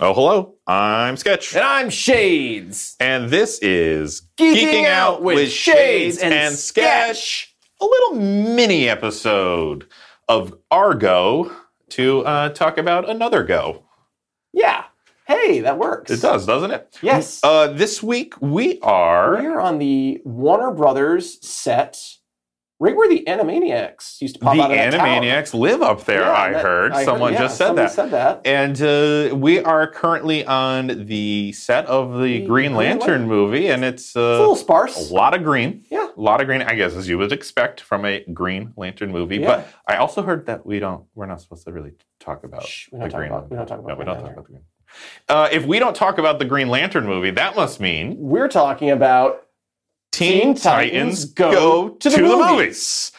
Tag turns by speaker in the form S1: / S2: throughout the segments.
S1: Oh, hello. I'm Sketch.
S2: And I'm Shades.
S1: And this is
S2: Geeking Out with Shades and Sketch.
S1: A little mini episode of our go to uh, talk about another go.
S2: Yeah. Hey, that works.
S1: It does, doesn't it?
S2: Yes.
S1: Uh, this week we are.
S2: We're on the Warner Brothers set, right where the Animaniacs used to pop
S1: the
S2: out of that tower.
S1: Animaniacs live up there,
S2: Yeah,
S1: I
S2: that-
S1: heard.
S2: I
S1: Someone
S2: yeah,
S1: just said
S2: somebody
S1: that.
S2: Said that.
S1: And uh, we are currently on the set of the
S2: The
S1: Green
S2: Green
S1: Lantern
S2: Lantern.
S1: movie, and it's, uh,
S2: It's a little
S1: a
S2: sparse.
S1: lot of green.
S2: Yeah.
S1: A lot of green, I guess, as you would expect from a Green Lantern movie.
S2: Yeah.
S1: But I also heard that we don't, we're not supposed to really talk about
S2: Shh, we
S1: the
S2: don't talk
S1: Green
S2: about. We
S1: Lantern.
S2: don't talk about.
S1: No, we
S2: Green
S1: don't talk
S2: Lantern.
S1: about the Green. Uh, if we don't talk about the Green Lantern movie, that must mean
S2: We're talking about
S1: Teen, Titans, go, to, the, movies.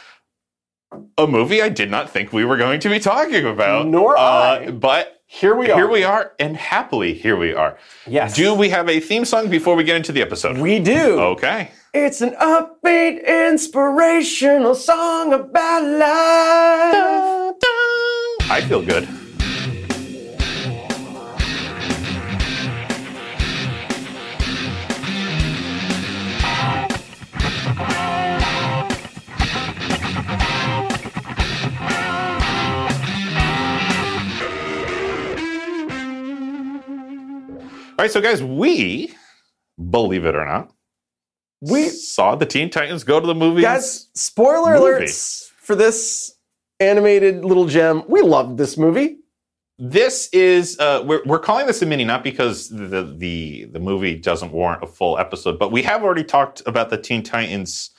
S1: A movie I did not think we were going to be talking about.
S2: Nor I.
S1: Uh, but
S2: here we are.
S1: here we are, and happily here we are.
S2: Yes.
S1: Do we have a theme song before we get into the episode?
S2: we do.
S1: Okay.
S2: It's an upbeat, inspirational song about life.
S1: I feel good. All right, so guys, we believe it or not,
S3: We
S1: saw the Teen Titans go to the movies.
S3: guys, spoiler
S1: Movie.
S3: alerts for this animated little gem. We loved this movie.
S1: this is uh, we're, we're calling this a mini not because the, the the movie doesn't warrant a full episode but we have already talked about the teen titans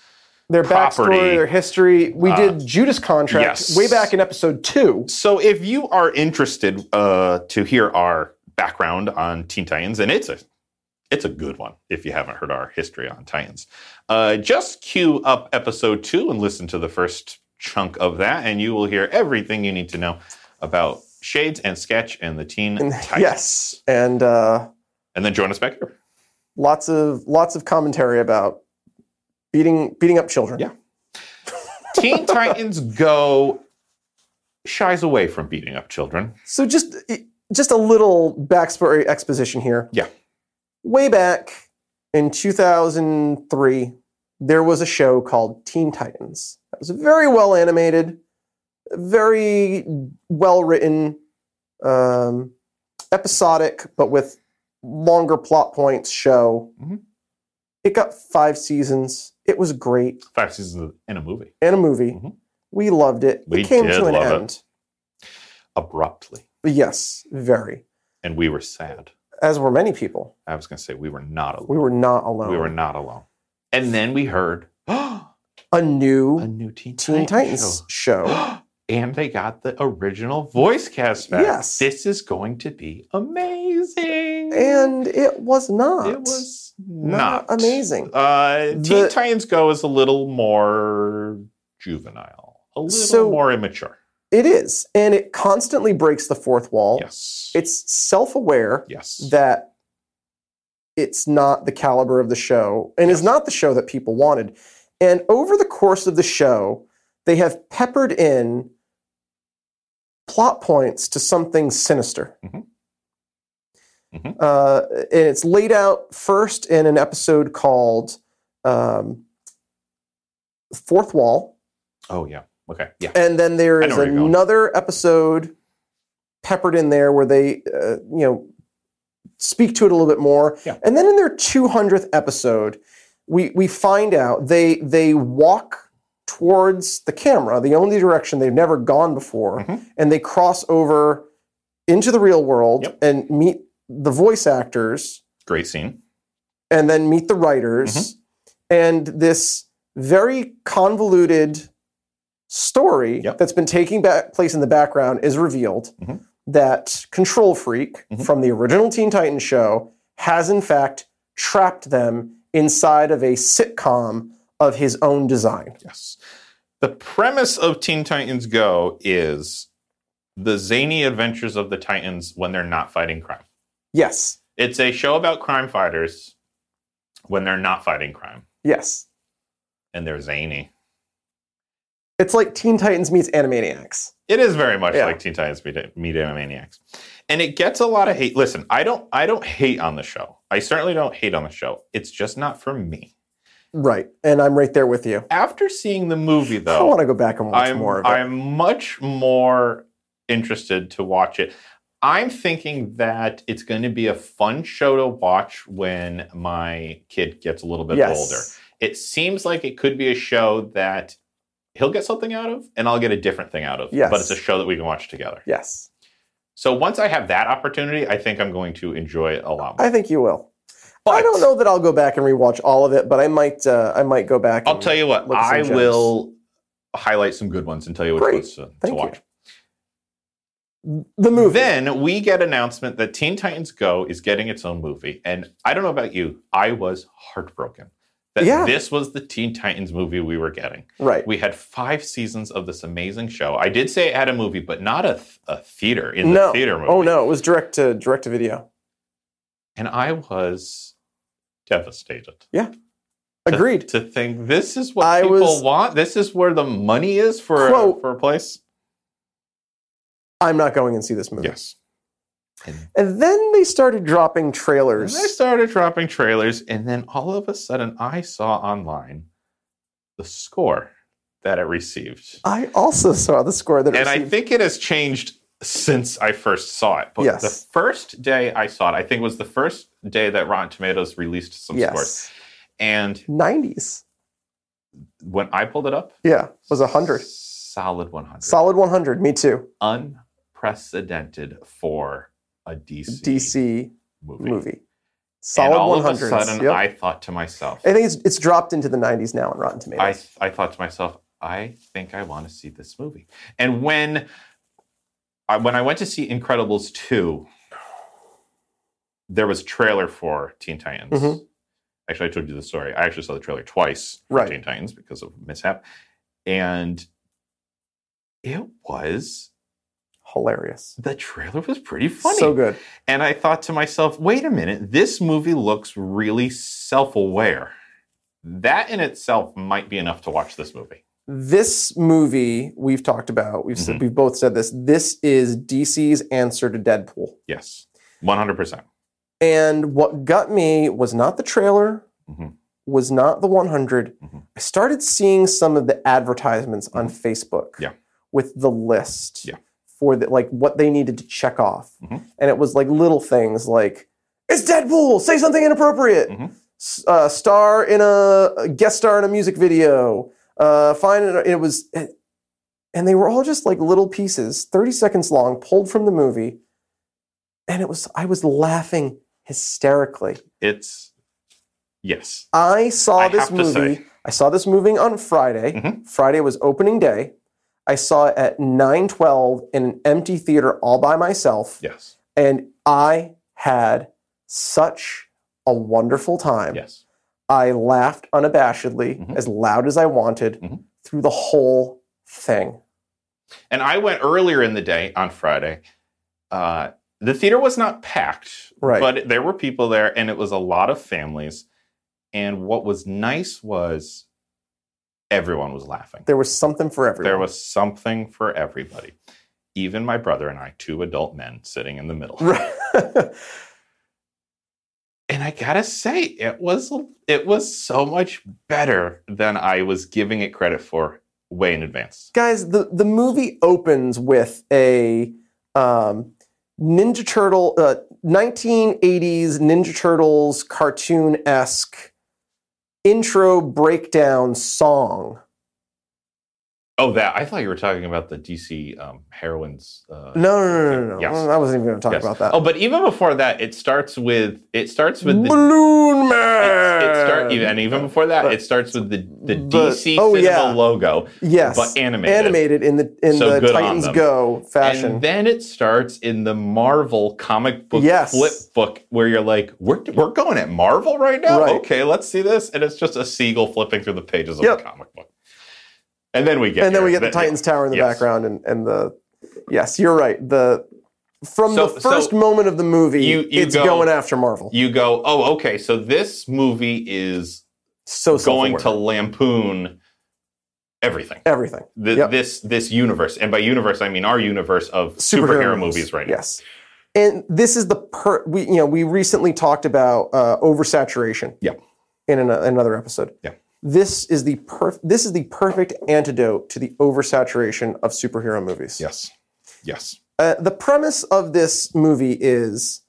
S3: Their
S1: Property. Uh,
S3: backstory, their history. We did Judas Contract
S1: yes.
S3: way back in episode two.
S1: so if you are interested uh, to hear our background on teen titans and it's a it's a good one if you haven't heard our history on titans uh, just queue up episode two and listen to the first chunk of that and you will hear everything you need to know about shades and sketch and the teen titans
S3: Yes, and uh,
S1: and then join us back here
S3: lots of lots of commentary about beating beating up children.
S1: Yeah. Teen Titans Go shies away from beating up children.
S3: So just just a little backstory exposition here.
S1: Yeah.
S3: Way back in 2003, there was a show called Teen Titans. That was very well animated, very well written, um, episodic, but with longer plot points show.
S1: Mhm.
S3: It got five seasons. It was great
S1: Five seasons in a movie,
S3: and a movie.
S1: Mhm.
S3: We loved it.
S1: We
S3: it came
S1: did
S3: to an
S1: love it.
S3: end.
S1: abruptly.
S3: Yes, very.
S1: And we were sad.
S3: As were many people.
S1: I was going to say we were not alone.
S3: We were not alone.
S1: We were not alone. And then we heard a
S3: a new
S1: new Teen,
S3: Teen Titans show.
S1: show. and they got the original voice cast back.
S3: Yes.
S1: This is going to be amazing.
S3: and it was not.
S1: it was not,
S3: not amazing.
S1: Uh, Teen
S3: The-
S1: Titans Go is a little more juvenile, a little
S3: So-
S1: more immature.
S3: It is, and it constantly breaks the fourth wall.
S1: Yes.
S3: It's self-aware
S1: yes.
S3: that it's not the caliber of the show, and is not the show that people wanted. And over the course of the show, they have peppered in plot points to something sinister.
S1: Mhm. Mhm.
S3: Uh, and it's laid out first in an episode called um, Fourth Wall.
S1: oh yeah. Okay. Yeah.
S3: And then there
S1: I
S3: is
S1: know where you're going.
S3: another episode peppered in there where they, uh, you know, speak to it a little bit more.
S1: Yeah.
S3: And then in their 200th episode, we we find out they they walk towards the camera, the only direction they've never gone before,
S1: Mhm.
S3: and they cross over into the real world
S1: Yep.
S3: and meet the voice actors
S1: Great scene.
S3: and then meet the writers
S1: Mm-hmm.
S3: and this very convoluted story
S1: Yep.
S3: that's been taking back place in the background is revealed
S1: Mhm.
S3: that control freak
S1: Mhm.
S3: from the original teen titans show has in fact trapped them inside of a sitcom of his own design
S1: Yes. The premise of Teen Titans Go is the zany adventures of the Titans when they're not fighting crime.
S3: yes
S1: It's a show about crime fighters when they're not fighting crime
S3: yes
S1: and they're zany.
S3: It's like Teen Titans meets Animaniacs.
S1: It is very much
S3: Yeah.
S1: like Teen Titans Meet, Meet Animaniacs, and it gets a lot of hate. Listen, I don't, I don't hate on the show. I certainly don't hate on the show. It's just not for me.
S3: Right. And I'm right there with you.
S1: After seeing the movie,
S3: I
S1: though,
S3: want to go back and watch
S1: I'm
S3: more of it.
S1: I'm much more interested to watch it. I'm thinking that it's going to be a fun show to watch when my kid gets a little bit older. It seems like it could be a show that he'll get something out of, and I'll get a different thing out of.
S3: Yes.
S1: But it's a show that we can watch together.
S3: Yes.
S1: So once I have that opportunity, I think I'm going to enjoy it a lot more.
S3: I think you will.
S1: But
S3: I don't know that I'll go back and rewatch all of it, but I might. Uh, I might go back.
S1: I'll
S3: and-
S1: tell you what,
S3: Look at some
S1: I
S3: gems.
S1: will highlight some good ones and tell you which
S3: Great.
S1: ones to, to
S3: Thank you.
S1: watch.
S3: the movie.
S1: Then we get announcement that Teen Titans Go is getting its own movie, and I don't know about you, I was heartbroken that
S3: Yeah.
S1: this was the Teen Titans movie we were getting.
S3: right?
S1: We had five seasons of this amazing show. I did say it had a movie, but not a, th- a theater in
S3: no.
S1: the theater movie.
S3: Oh no, it was direct to direct to video.
S1: And I was devastated
S3: Agreed.
S1: to think this is what
S3: I
S1: people
S3: was-
S1: want. This is where the money is for
S3: Quote-
S1: for a place.
S3: I'm not going and see this movie.
S1: Yes. And
S3: And then they started dropping
S1: And
S3: trailers.
S1: they started dropping trailers, and then all of a sudden, I saw online the score that it received,
S3: I also saw the score that. it
S1: and I
S3: received.
S1: think it has changed since I first saw it. But
S3: Yes.
S1: the first day I saw it, I think was the first day that Rotten Tomatoes released some scores,
S3: yes,
S1: and
S3: nineties.
S1: when I pulled it up,
S3: Yeah, was a hundred.
S1: solid one hundred,
S3: Solid 100. Me too.
S1: unprecedented for a DC,
S3: DC
S1: movie.
S3: movie. Solid
S1: and all
S3: 100.
S1: of a sudden,
S3: Yep.
S1: I thought to myself,
S3: I think it's it's dropped into the 90s now in Rotten
S1: I,
S3: Tomatoes.
S1: I thought to myself, I think I want to see this movie. And when I, when I went to see Incredibles 2, there was a trailer for Teen Titans.
S3: Mhm.
S1: Actually, I told you the story. I actually saw the trailer twice for
S3: Right.
S1: Teen Titans because of mishap. And it was
S3: Hilarious.
S1: the trailer was pretty funny.
S3: So good.
S1: And I thought to myself, wait a minute, this movie looks really self-aware. That in itself might be enough to watch this movie.
S3: This movie we've talked about. We've said, we've both said this. This is DC's answer to Deadpool.
S1: Yes, one hundred percent.
S3: And what got me was not the trailer,
S1: Mhm.
S3: was not the 100.
S1: Mhm.
S3: I started seeing some of the advertisements on Facebook
S1: Mm-hmm. Yeah.
S3: with the list
S1: Yeah.
S3: for the, like what they needed to check off.
S1: Mhm.
S3: And it was like little things like, it's Deadpool, say something inappropriate,
S1: Mhm.
S3: S- uh, star in a, guest star in a music video, uh, find it. It was, eh, and they were all just like little pieces, 30 seconds long, pulled from the movie. And it was, I was laughing hysterically.
S1: It's yes,
S3: I saw
S1: I
S3: this
S1: have to say.
S3: movie. I saw this movie on Friday.
S1: Mhm.
S3: Friday was opening day. I saw it at 9:12 in an empty theater all by myself
S1: yes,
S3: and I had such a wonderful time.
S1: yes.
S3: I laughed unabashedly
S1: Mhm.
S3: as loud as I wanted
S1: Mhm.
S3: through the whole thing.
S1: And I went earlier in the day on Friday. Uh, the theater was not packed,
S3: Right.
S1: but there were people there, and it was a lot of families. And what was nice was everyone was laughing.
S3: there was something for everyone.
S1: There was something for everybody. Even my brother and I, two adult men sitting in the middle.
S3: Right.
S1: and I gotta say, it was it was so much better than I was giving it credit for way in advance.
S3: guys the, the movie opens with a um, ninja turtle uh, 1980s ninja turtles cartoon-esque intro breakdown song
S1: Oh, that I thought you were talking about the DC um, heroines. Uh,
S3: no no no no, no.
S1: Yes.
S3: i wasn't even going to talk
S1: Yes.
S3: about that
S1: Oh, but even before that, it starts with it starts with the.
S3: balloon man
S1: It, it start, and even before that,
S3: But-
S1: it starts with the, the
S3: but-
S1: DC
S3: oh,
S1: cinema
S3: yeah.
S1: logo,
S3: yes
S1: but animated.
S3: animated in the in
S1: So
S3: the
S1: good on
S3: titans
S1: them.
S3: go fashion
S1: And then it starts in the Marvel comic book
S3: Yes.
S1: flip book where you're like, we're, we're going at Marvel right now?
S3: Right.
S1: Okay, let's see this. And it's just a seagull flipping through the pages of
S3: Yep.
S1: the comic book. And then we get
S3: and then
S1: here.
S3: we get the
S1: Th-
S3: Titans Tower in the
S1: Yes.
S3: background, and, and the yes, you're right. The from
S1: So-
S3: the first
S1: so
S3: moment of the movie,
S1: you- you
S3: it's
S1: go-
S3: going after Marvel.
S1: You go, oh, okay, so this movie is
S3: so
S1: going
S3: self-aware.
S1: to lampoon everything.
S3: Everything.
S1: Th-
S3: Yep.
S1: This this universe, and by universe I mean our universe of superhero, movies right now.
S3: Yes. And this is the per we you know we recently talked about uh, oversaturation.
S1: Yeah.
S3: In an, another episode.
S1: Yeah.
S3: This is the perf- this is the perfect antidote to the oversaturation of superhero movies.
S1: Yes. Yes.
S3: Uh, the premise of this movie is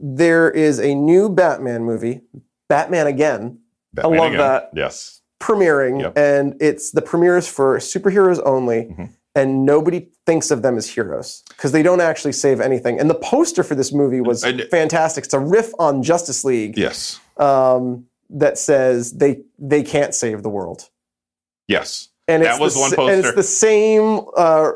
S3: there is a new Batman movie, Batman Again,
S1: Batman
S3: love
S1: again.
S3: that.
S1: Yes.
S3: premiering,
S1: Yep.
S3: and it's the premieres for superheroes only,
S1: Mhm.
S3: and nobody thinks of them as heroes because they don't actually save anything. And the poster for this movie was
S1: And-
S3: fantastic. It's a riff on Justice League
S1: Yes.
S3: um, that says they they can't save the world.
S1: Yes.
S3: And
S1: That
S3: it's
S1: was
S3: the,
S1: one
S3: s- And
S1: poster.
S3: it's the same uh,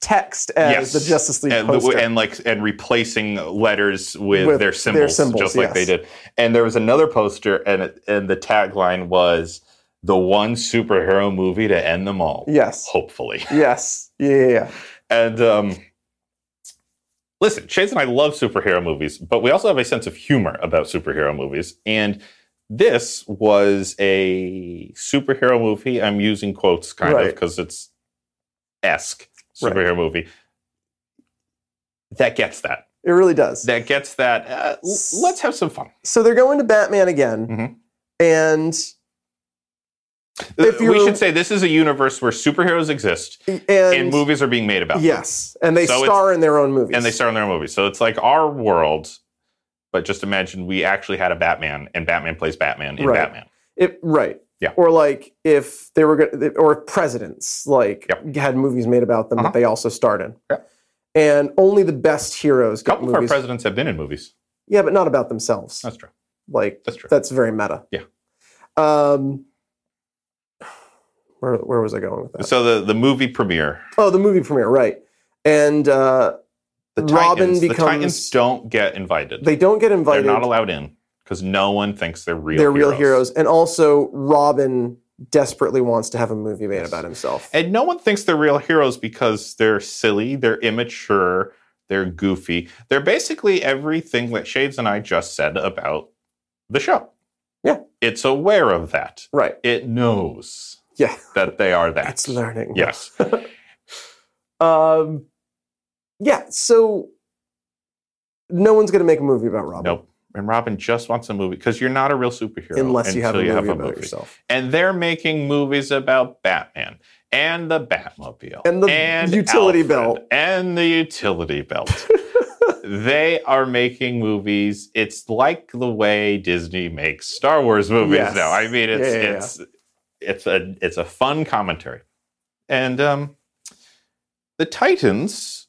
S3: text as
S1: Yes.
S3: the Justice League
S1: And, the-
S3: poster.
S1: and like and replacing letters with,
S3: With
S1: their symbols,
S3: symbols,
S1: just like they
S3: yes.
S1: did. And there was another poster, and it- and the tagline was the one superhero movie to end them all.
S3: yes.
S1: Hopefully,
S3: Yes. Yeah. yeah, yeah.
S1: and um, listen, Chase and I love superhero movies, but we also have a sense of humor about superhero movies, and. This was a superhero movie. I'm using quotes kind of
S3: Right.
S1: because it's esque
S3: Right.
S1: superhero movie that gets that
S3: It really does.
S1: that gets that. Uh, l- let's have some fun.
S3: So they're going to Batman again,
S1: Mhm.
S3: and If
S1: Uh, we
S3: you're-
S1: should say this is a universe where superheroes exist
S3: and,
S1: and, movies are being made about. them.
S3: Yes, and they
S1: So it's-
S3: star in their own movies.
S1: and they star in their own movies. So it's like our world, but just imagine we actually had a Batman and Batman plays Batman in
S3: Right.
S1: Batman.
S3: It, right.
S1: Yeah.
S3: Or like if they were going or if presidents like
S1: Yep.
S3: had movies made about them
S1: Uh-huh.
S3: that they also starred in.
S1: Yeah.
S3: And only the best heroes
S1: A
S3: got
S1: couple of our
S3: movies.
S1: presidents have been in movies.
S3: yeah, but not about themselves.
S1: That's true.
S3: like
S1: That's true.
S3: that's very meta.
S1: Yeah.
S3: Um where, where was I going with that?
S1: so the, the movie premiere,
S3: oh, the movie premiere, right. And uh,
S1: the
S3: Robin
S1: Titans, the
S3: becomes-
S1: Titans don't get invited.
S3: they don't get
S1: They're
S3: invited.
S1: not allowed in because no one thinks they're real.
S3: They're
S1: heroes.
S3: real heroes. And also Robin desperately wants to have a movie made about himself.
S1: And no one thinks they're real heroes because they're silly, they're immature, they're goofy. They're basically everything that Shades and I just said about the show.
S3: Yeah.
S1: It's aware of that.
S3: right.
S1: It knows
S3: Yeah.
S1: that they are that.
S3: It's learning.
S1: Yes.
S3: Um, yeah, so no one's going to make a movie about Robin
S1: nope. And Robin just wants a movie because you're not a real superhero
S3: unless you have a
S1: until
S3: movie about yourself.
S1: And they're making movies about Batman and the Batmobile
S3: And the utility belt.
S1: and the utility belt. they are making movies. It's like the way Disney makes Star Wars movies
S3: Yes.
S1: now. I mean, it's
S3: Yeah, yeah, yeah.
S1: it's it's a it's a fun commentary, and um, the Titans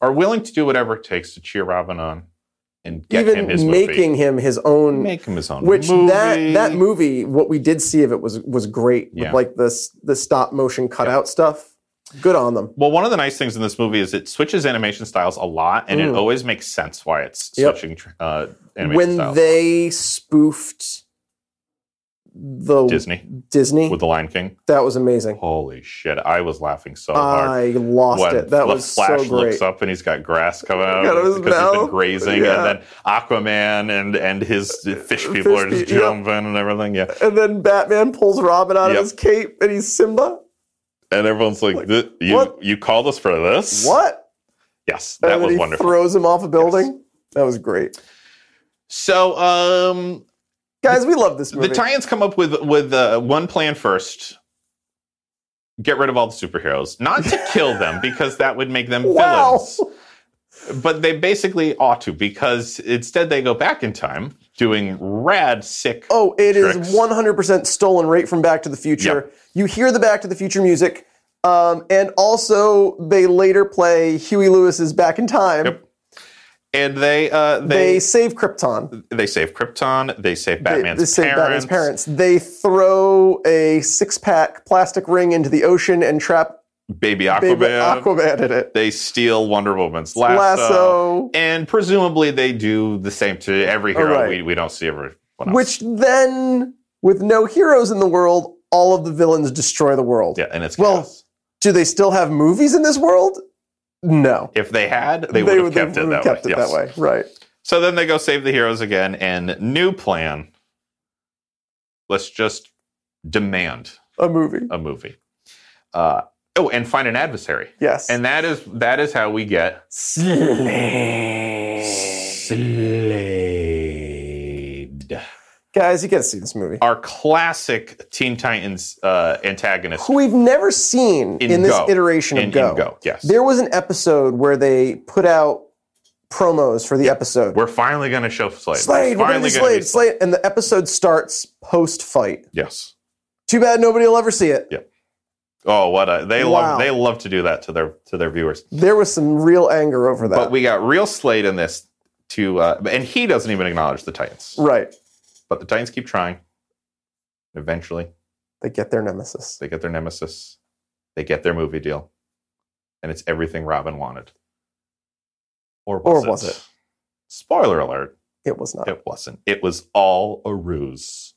S1: are willing to do whatever it takes to cheer Robin on and get
S3: Even
S1: him his
S3: making him his own,
S1: movie. Make him his own
S3: which
S1: movie.
S3: that that movie, what we did see of it was was great
S1: Yeah.
S3: with like the s- the stop motion cutout stuff. Good on them.
S1: Well, one of the nice things in this movie is it switches animation styles a lot, and it
S3: Mm.
S1: always makes sense why it's
S3: Yep.
S1: switching tr uh, animation
S3: When
S1: styles.
S3: they spoofed the
S1: Disney
S3: Disney,
S1: with the Lion King,
S3: that was amazing.
S1: holy shit! I was laughing so hard.
S3: I lost
S1: When
S3: it. That
S1: the
S3: was
S1: Flash
S3: so great.
S1: looks up and he's got grass coming out,
S3: Out of his
S1: because he's been
S3: mouth.
S1: grazing,
S3: Yeah. Uh,
S1: and then Aquaman and and his fish people are
S3: Fish
S1: just
S3: pe- yep.
S1: jumping and everything. Yeah,
S3: And then Batman pulls Robin out
S1: Yep.
S3: of his cape, and he's Simba.
S1: and everyone's like,
S3: Like,
S1: "Th- "You
S3: what?
S1: you called us for this?
S3: What?
S1: Yes,
S3: And
S1: that
S3: then
S1: was
S3: he
S1: wonderful.
S3: Throws him off a building. That was great,
S1: so, um,
S3: guys. We love this movie.
S1: The Titans come up with with uh, one plan first. Get rid of all the superheroes, not to kill them because that would make them
S3: wow.
S1: villains. But they basically ought to because instead they go back in time doing rad sick.
S3: Oh, it
S1: Tricks.
S3: is 100% stolen right from Back to the Future. You hear the Back to the Future music, um, and also they later play Huey Lewis's Back in Time.
S1: Yep. And they uh,
S3: They,
S1: they,
S3: save Krypton.
S1: they save Krypton. They save
S3: They-
S1: Batman's
S3: they save
S1: parents.
S3: Batman's parents. They throw a six-pack plastic ring into the ocean and trap
S1: Baby
S3: baby
S1: Aquaman.
S3: Aquaman in it.
S1: They steal Wonder Woman's
S3: Lasso.
S1: And presumably they do the same to every
S3: Oh,
S1: hero
S3: right.
S1: we, we don't see everyone else.
S3: Which then, with no heroes in the world, all of the villains destroy the world.
S1: yeah, and it's
S3: Well,
S1: chaos.
S3: Do they still have movies in this world? No.
S1: If they had, they, would have kept
S3: they
S1: it that
S3: kept
S1: way.
S3: it
S1: Yes.
S3: that way. Right.
S1: So then they go save the heroes again, and new plan. Let's just demand
S3: a movie.
S1: a movie. Uh, oh, and find an adversary.
S3: Yes.
S1: And that is that is how we get Slade.
S3: Guys, you gotta see this movie.
S1: Our classic Teen Titans uh, antagonist
S3: Who we've never seen in,
S1: In
S3: this
S1: Go.
S3: iteration of
S1: in
S3: Go.
S1: in Go. Yes.
S3: There was an episode where they put out promos for the episode.
S1: We're finally going to show Slade.
S3: Slade, we're gonna
S1: finally
S3: do Slade, Slade, and the episode starts post fight.
S1: Yes.
S3: Too bad nobody will ever see it.
S1: Oh, what a they
S3: Wow.
S1: love they love to do that to their to their viewers.
S3: There was some real anger over that.
S1: But we got real Slade in this to uh, and he doesn't even acknowledge the Titans.
S3: right,
S1: But the Titans keep trying. Eventually,
S3: they get their nemesis.
S1: they get their nemesis. They get their movie deal. And it's everything Robin wanted. Or was,
S3: Or was it?
S1: Spoiler alert,
S3: It was not.
S1: it wasn't. It was all a ruse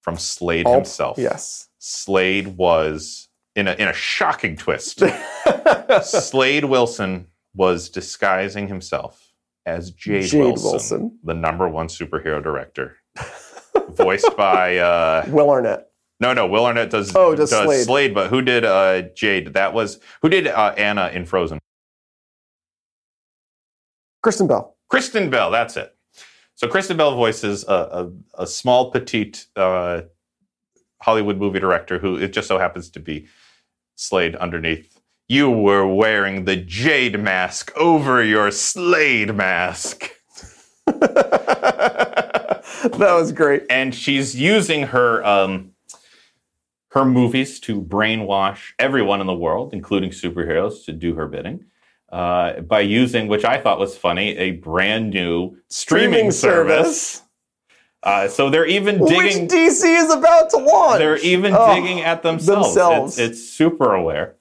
S1: from Slade
S3: All-
S1: himself.
S3: Yes.
S1: Slade was in a in a shocking twist. Slade Wilson was disguising himself as Jade,
S3: Jade
S1: Wilson,
S3: Wilson.
S1: the number one superhero director, voiced by uh,
S3: Will Arnett.
S1: no, no, Will Arnett does
S3: Oh, does Slade.
S1: but who did uh, Jade? That was who did uh, Anna in Frozen?
S3: Kristen Bell.
S1: Kristen Bell. That's it. So Kristen Bell voices a, a, a small petite uh, Hollywood movie director who it just so happens to be Slade underneath. You were wearing the jade mask over your Slade mask.
S3: that was great.
S1: and she's using her um, her movies to brainwash everyone in the world, including superheroes, to do her bidding uh, by using, which I thought was funny, a brand new streaming, service. Uh, so they're even digging.
S3: Which DC is about to launch.
S1: They're even
S3: Oh,
S1: digging at themselves.
S3: themselves.
S1: It's, it's super aware.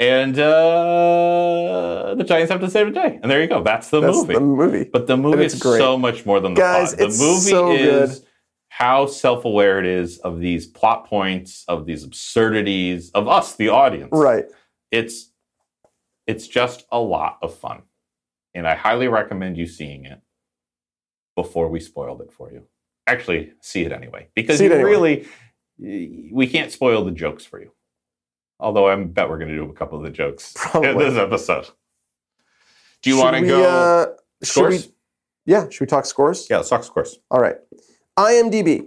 S1: And uh, the Giants have to save the day. And there you go. That's the
S3: That's
S1: movie.
S3: the movie.
S1: But the movie
S3: it's
S1: is
S3: great.
S1: so much more than the
S3: Guys,
S1: plot. The
S3: it's
S1: movie
S3: so
S1: is how self-aware it is of these plot points, of these absurdities, of us, the audience.
S3: Right.
S1: It's it's just a lot of fun. And I highly recommend you seeing it before we spoiled it for you. Actually, see it anyway. Because
S3: See it
S1: you
S3: anyway.
S1: really we can't spoil the jokes for you. Although I bet we're gonna do a couple of the jokes in
S3: Probably.
S1: this episode. Do you
S3: Should
S1: want to
S3: we,
S1: go
S3: Uh, should
S1: scores?
S3: we, yeah. Should we talk scores?
S1: Yeah, let's talk scores.
S3: All right. IMDb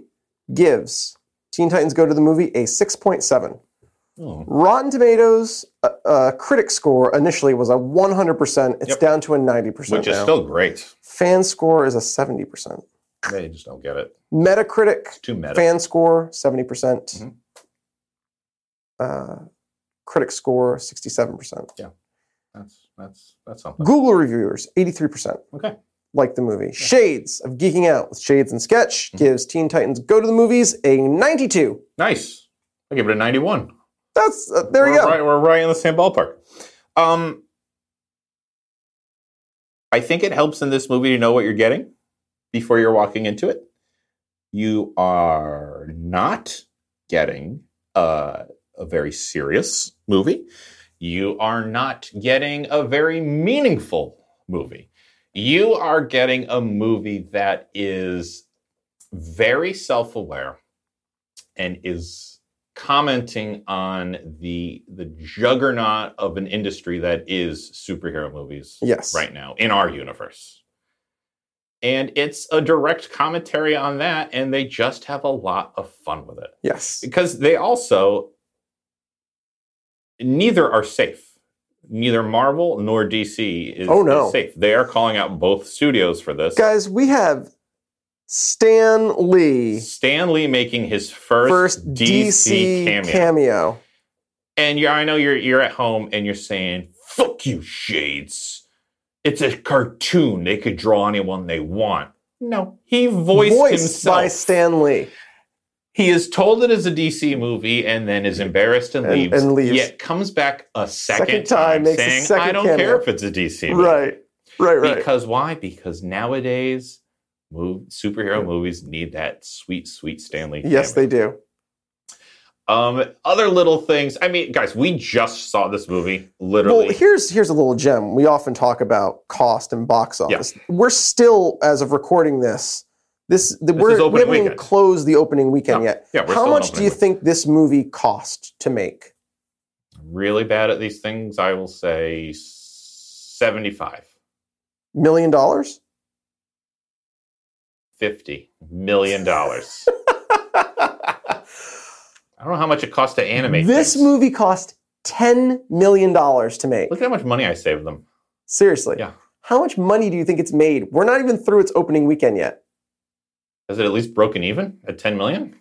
S3: gives Teen Titans Go to the Movie a 6.7.
S1: Oh.
S3: Rotten Tomatoes uh, uh, critic score initially was a 100%. It's
S1: Yep.
S3: down to a 90%
S1: Which is
S3: now.
S1: still great.
S3: fan score is a 70%.
S1: They just don't get it.
S3: Metacritic
S1: It's too meta.
S3: fan score 70%. percent
S1: Mhm.
S3: Uh, critic score 67%.
S1: that's that's that's something.
S3: Google reviewers 83%.
S1: Okay.
S3: Like the movie. Shades of Geeking Out with Shades and Sketch
S1: Mm-hmm.
S3: gives Teen Titans Go to the Movies a 92.
S1: Nice. I give it a 91.
S3: That's uh, there
S1: we're
S3: you go.
S1: Right, we're right in the same ballpark. Um, I think it helps in this movie to know what you're getting before you're walking into it. You are not getting uh, a very serious movie. You are not getting a very meaningful movie. You are getting a movie that is very self aware and is commenting on the the juggernaut of an industry that is superhero movies
S3: Yes.
S1: right now in our universe. And it's a direct commentary on that, and they just have a lot of fun with it
S3: Yes.
S1: because they also neither are safe. Neither Marvel nor DC is,
S3: Oh, no.
S1: is safe. They are calling out both studios for this.
S3: Guys, we have Stan Lee
S1: Stan Lee making his first,
S3: first
S1: DC,
S3: DC,
S1: cameo.
S3: cameo.
S1: and you're, I know you're you're at home and you're saying, "Fuck you, Shades." It's a cartoon. They could draw anyone they want. No, he voiced,
S3: Voiced
S1: himself.
S3: by Stan Lee.
S1: He is told it is a DC movie and then is embarrassed and,
S3: And-
S1: leaves.
S3: and leaves.
S1: Yet comes back a second,
S3: Second time,
S1: time,
S3: makes a
S1: saying,
S3: second
S1: "I don't
S3: cameo."
S1: care if it's a DC movie."
S3: Right. Right, right.
S1: Because why? Because nowadays, move, superhero movies need that sweet, sweet Stanley. cameo.
S3: yes, they do.
S1: Um, other little things. I mean, guys, we just saw this movie literally.
S3: Well, here's here's a little gem. We often talk about cost and box office. We're still, as of recording this, This, the,
S1: This
S3: we're,
S1: is
S3: we
S1: opening
S3: haven't even
S1: weekend.
S3: closed the opening weekend
S1: No.
S3: yet.
S1: Yeah, we're
S3: How
S1: still
S3: much
S1: opening
S3: do you
S1: week.
S3: think this movie cost to make?
S1: Really bad at these things. I will say seventy-five.
S3: Million dollars?
S1: 50 million dollars. I don't know how much it costs to animate
S3: This
S1: things.
S3: movie cost ten million dollars to make.
S1: Look at how much money I saved them.
S3: Seriously.
S1: Yeah.
S3: How much money do you think it's made? We're not even through its opening weekend yet.
S1: Has it at least broken even at 10 million?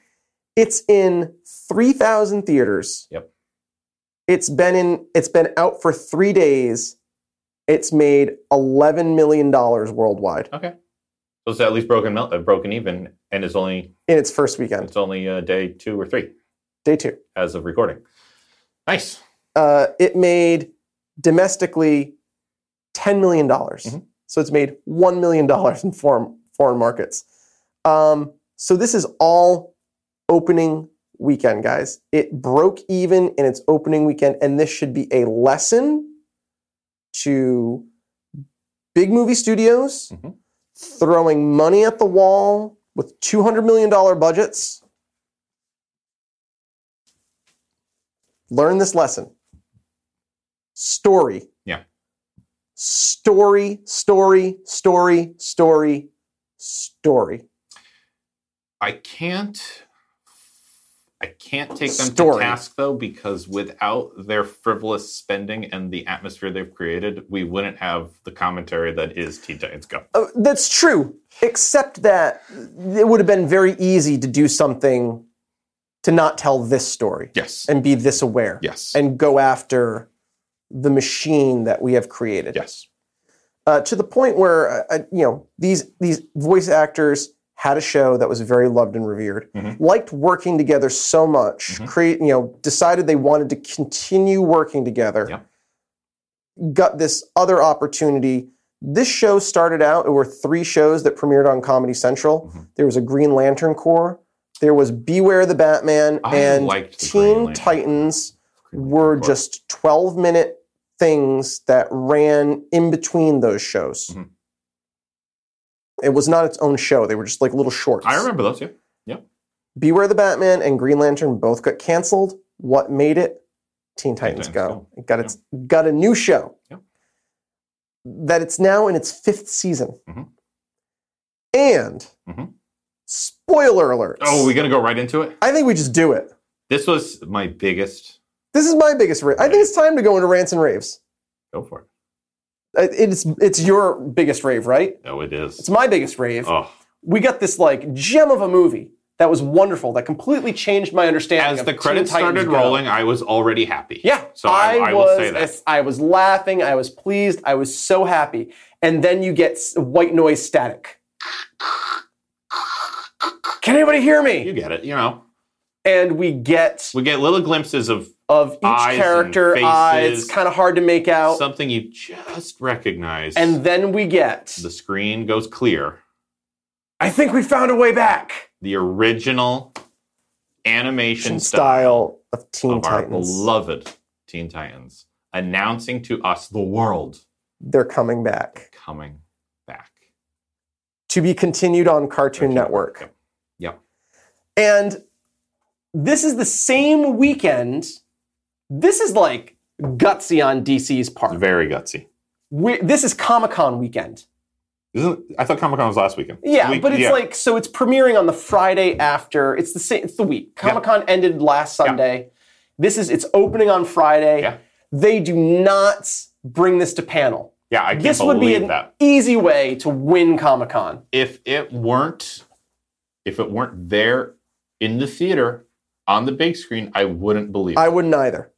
S3: It's in three thousand theaters.
S1: Yep.
S3: It's been in. It's been out for three days. It's made eleven million dollars worldwide
S1: So it's at least broken mil- uh, broken even, and it's only
S3: in its first weekend,
S1: it's only uh, day two or three
S3: day two.
S1: as of recording. Nice.
S3: Uh, it made domestically ten million dollars.
S1: Mhm.
S3: So it's made one million dollars in foreign foreign markets. Um, so this is all opening weekend, guys. It broke even in its opening weekend, and this should be a lesson to big movie studios
S1: Mhm.
S3: throwing money at the wall with two hundred million dollar budgets. Learn this lesson. Story story, story, story, story, story.
S1: I can't I can't take them to
S3: Story.
S1: task though because without their frivolous spending and the atmosphere they've created, we wouldn't have the commentary that is Teen Titans Go.
S3: Uh, that's true, except that it would have been very easy to do something to not tell this story
S1: Yes.
S3: and be this aware
S1: Yes.
S3: and go after the machine that we have created.
S1: yes.
S3: uh, to the point where uh, uh, you know these these voice actors had a show that was very loved and revered,
S1: Mhm.
S3: liked working together so much,
S1: Mhm.
S3: create you know decided they wanted to continue working together.
S1: Yep.
S3: Got this other opportunity. This show started out. It were three shows that premiered on Comedy Central.
S1: Mhm.
S3: There was a Green Lantern Corps. There was Beware the Batman
S1: I
S3: and
S1: liked the Green
S3: Teen
S1: Lantern.
S3: Titans were just 12 minute things that ran in between those shows.
S1: Mhm.
S3: It was not its own show. They were just like little shorts.
S1: I remember those, yeah.
S3: Beware the Batman and Green Lantern both got canceled. What made it? Teen Titans,
S1: Titans
S3: Go. It got its got a new show.
S1: Yeah.
S3: That it's now in its fifth season.
S1: Mhm.
S3: And
S1: Mhm.
S3: spoiler alert.
S1: Oh, we're gonna go right into it.
S3: I think we just do it.
S1: This was my biggest.
S3: This is my biggest. Ra- I think it's time to go into rants and raves.
S1: Go for it.
S3: Uh, it's it's your biggest rave, right?
S1: No, it
S3: It's
S1: is.
S3: my biggest rave.
S1: Oh,
S3: We got this like gem of a movie that was wonderful that completely changed my understanding.
S1: as
S3: of
S1: the
S3: Teen
S1: credits
S3: Titans
S1: started
S3: Go.
S1: rolling, I was already happy.
S3: Yeah,
S1: So I- I will
S3: was
S1: say that.
S3: as- I was laughing, I was pleased, I was so happy, and then you get s- white noise static. Can anybody hear
S1: you
S3: me?
S1: get it. You know,
S3: And we get
S1: we get little glimpses of
S3: of each
S1: Eyes and
S3: character
S1: faces.
S3: eyes, kind of hard to make out,
S1: something you just recognize.
S3: Oh. and then we get.
S1: the screen goes clear.
S3: I think we found a way back.
S1: The original animation style
S3: style of Teen
S1: of our
S3: Titans.
S1: beloved Teen Titans announcing to us the world
S3: They're coming back
S1: coming back.
S3: to be continued on Cartoon Network.
S1: Yep.
S3: And this is the same weekend. This is like gutsy on DC's part.
S1: Very gutsy.
S3: We, this is Comic Con weekend.
S1: Isn't, I thought Comic Con was last weekend.
S3: Yeah,
S1: Week-
S3: but it's
S1: yeah.
S3: like so it's premiering on the Friday after. It's the same. It's the week.
S1: Yeah.
S3: Comic Con ended last Sunday. This is it's opening on Friday.
S1: Yeah.
S3: They do not bring this to panel.
S1: yeah. I can't
S3: This would
S1: believe
S3: be an
S1: that.
S3: easy way to win Comic Con.
S1: if it weren't if it weren't there in the theater on the big screen, I wouldn't believe it.
S3: I wouldn't either.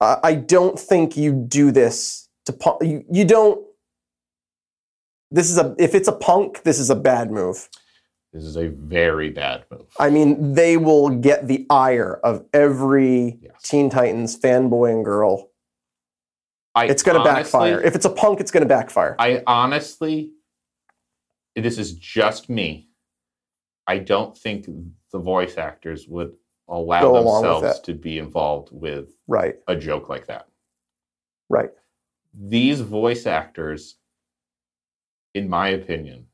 S3: I I don't think you do this to punk. You, you don't. This is a if it's a punk, this is a bad move.
S1: This is a very bad move.
S3: I mean, they will get the ire of every
S1: Yes.
S3: Teen Titans fanboy and girl.
S1: I
S3: It's going to
S1: honestly-
S3: backfire. If it's a punk, it's going to backfire.
S1: I honestly, this is just me. I don't think the voice actors would allow
S3: Go along with
S1: themselves to be involved with
S3: right,
S1: a joke like that.
S3: right.
S1: These voice actors, in my opinion,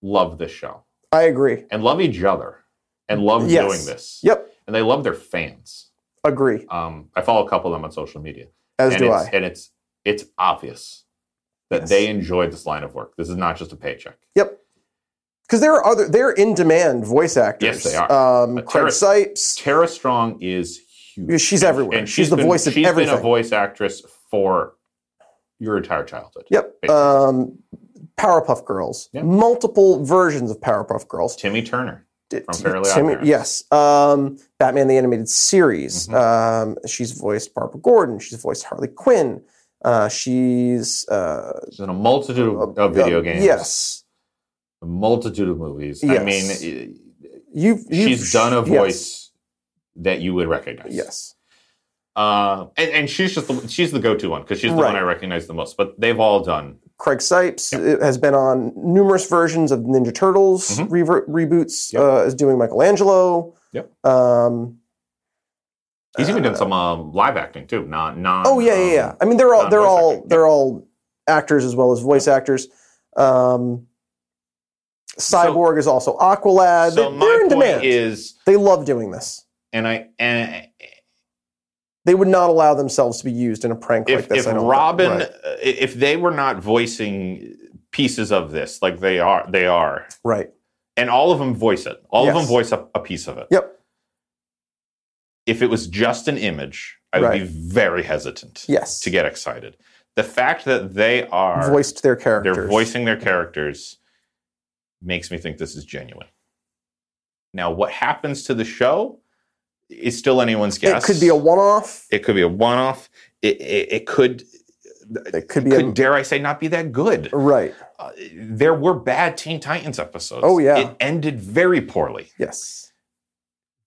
S1: love this show.
S3: I agree.
S1: and love each other and love
S3: Yes.
S1: doing this.
S3: Yep.
S1: And they love their fans.
S3: Agree.
S1: Um, I follow a couple of them on social media.
S3: As
S1: and
S3: do
S1: it's,
S3: I.
S1: And it's it's obvious that
S3: Yes.
S1: they enjoy this line of work. This is not just a paycheck.
S3: Because there are other they're in demand voice actors.
S1: they are.
S3: Um,
S1: Uh, Tara-
S3: Craig Sipes.
S1: Tara Strong is huge.
S3: She's everywhere.
S1: And
S3: she's, the
S1: been-
S3: voice of everything.
S1: She's been a voice actress for your entire childhood.
S3: Yep.
S1: Basically.
S3: Um, Powerpuff Girls.
S1: Yeah.
S3: Multiple versions of Powerpuff Girls.
S1: Timmy Turner.
S3: T-
S1: From
S3: t-
S1: Fairly Odd Parents.
S3: yes. Um, Batman the Animated Series.
S1: Mhm.
S3: Um, she's voiced Barbara Gordon. She's voiced Harley Quinn. Uh, she's uh,
S1: She's in a multitude of,
S3: uh,
S1: of video
S3: uh,
S1: games.
S3: Yes,
S1: A multitude of movies. I
S3: Yes.
S1: mean, i-
S3: you've, you've
S1: she's done a
S3: yes.
S1: voice that you would recognize.
S3: Yes,
S1: Uh, and, and she's just the, she's the go-to one because she's the one
S3: Right.
S1: I recognize the most. But they've all done
S3: Craig Sipes uh, has been on numerous versions of Ninja Turtles
S1: Mhm.
S3: rever- reboots.
S1: Yep.
S3: Uh, is doing Michelangelo.
S1: Yep.
S3: Um,
S1: He's even done
S3: Uh,
S1: some um, live acting too. Not not. um,
S3: Oh yeah, yeah, yeah. I mean, they're all they're
S1: non-voice
S3: all
S1: acting.
S3: they're all actors as well as voice actors. Um, Cyborg is also Aqualad.
S1: So
S3: They-
S1: my
S3: Uh, they're in
S1: point
S3: demand.
S1: is,
S3: they love doing this.
S1: and I and
S3: They would not allow themselves to be used in a prank like
S1: if
S3: this.
S1: if
S3: I don't think.
S1: Robin,
S3: right?
S1: uh, if they were not voicing pieces of this like they are, they are,
S3: right.
S1: and all of them voice it. All of
S3: Yes.
S1: them voice a, a piece of it.
S3: Yep.
S1: If it was just an image, I would be
S3: Right.
S1: very hesitant
S3: yes,
S1: to get excited. The fact that they are
S3: voiced their characters.
S1: they're voicing their characters makes me think this is genuine. Now, what happens to the show is still anyone's guess.
S3: It could be a one-off.
S1: it could be a one-off. It, it, it could
S3: It could be
S1: could
S3: a
S1: dare I say not be that good.
S3: right.
S1: Uh, there were bad Teen Titans episodes.
S3: Oh, yeah.
S1: it ended very poorly.
S3: Yes.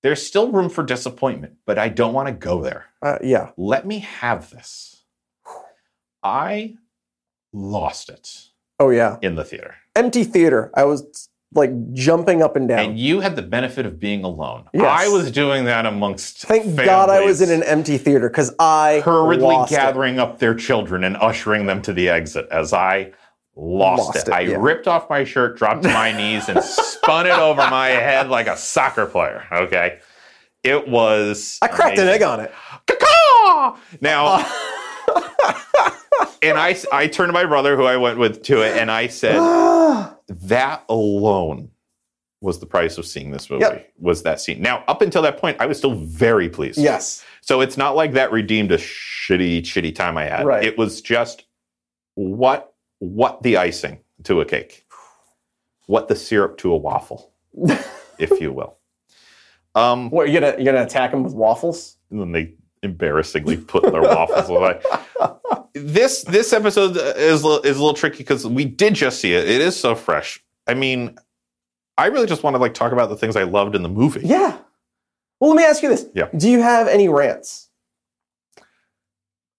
S1: There's still room for disappointment, but I don't want to go there.
S3: Uh, yeah.
S1: Let me have this. I lost it
S3: Oh yeah.
S1: in the theater.
S3: Empty theater. I was like jumping up and down.
S1: And you had the benefit of being alone.
S3: Yes.
S1: I was doing that amongst.
S3: Thank God I was in
S1: families,
S3: an empty theater because I
S1: hurriedly
S3: lost it.
S1: gathering up their children and ushering them to the exit as I lost,
S3: Lost
S1: it.
S3: it,
S1: I
S3: yeah.
S1: ripped off my shirt, dropped to my knees, and spun it over my head like a soccer player. Okay, it was.
S3: I cracked an egg Uh, on it.
S1: Caw! Now, Oh. and I, I turned to my brother, who I went with, to it, and I
S3: Uh,
S1: said, that alone was the price of seeing this movie
S3: Yep.
S1: was that scene now up until that point i was still very pleased
S3: yes.
S1: so it's not like that redeemed a shitty shitty time i had
S3: Right.
S1: it was just what what the icing to a cake what the syrup to a waffle if you will um
S3: What you gonna you gonna attack him with waffles?
S1: and then they embarrassingly put their waffles away. This this episode is a- is a little tricky because we did just see it. It is so fresh. I mean, I really just want to like talk about the things I loved in the movie.
S3: Yeah. Well, let me ask you this.
S1: Yeah.
S3: Do you have any rants?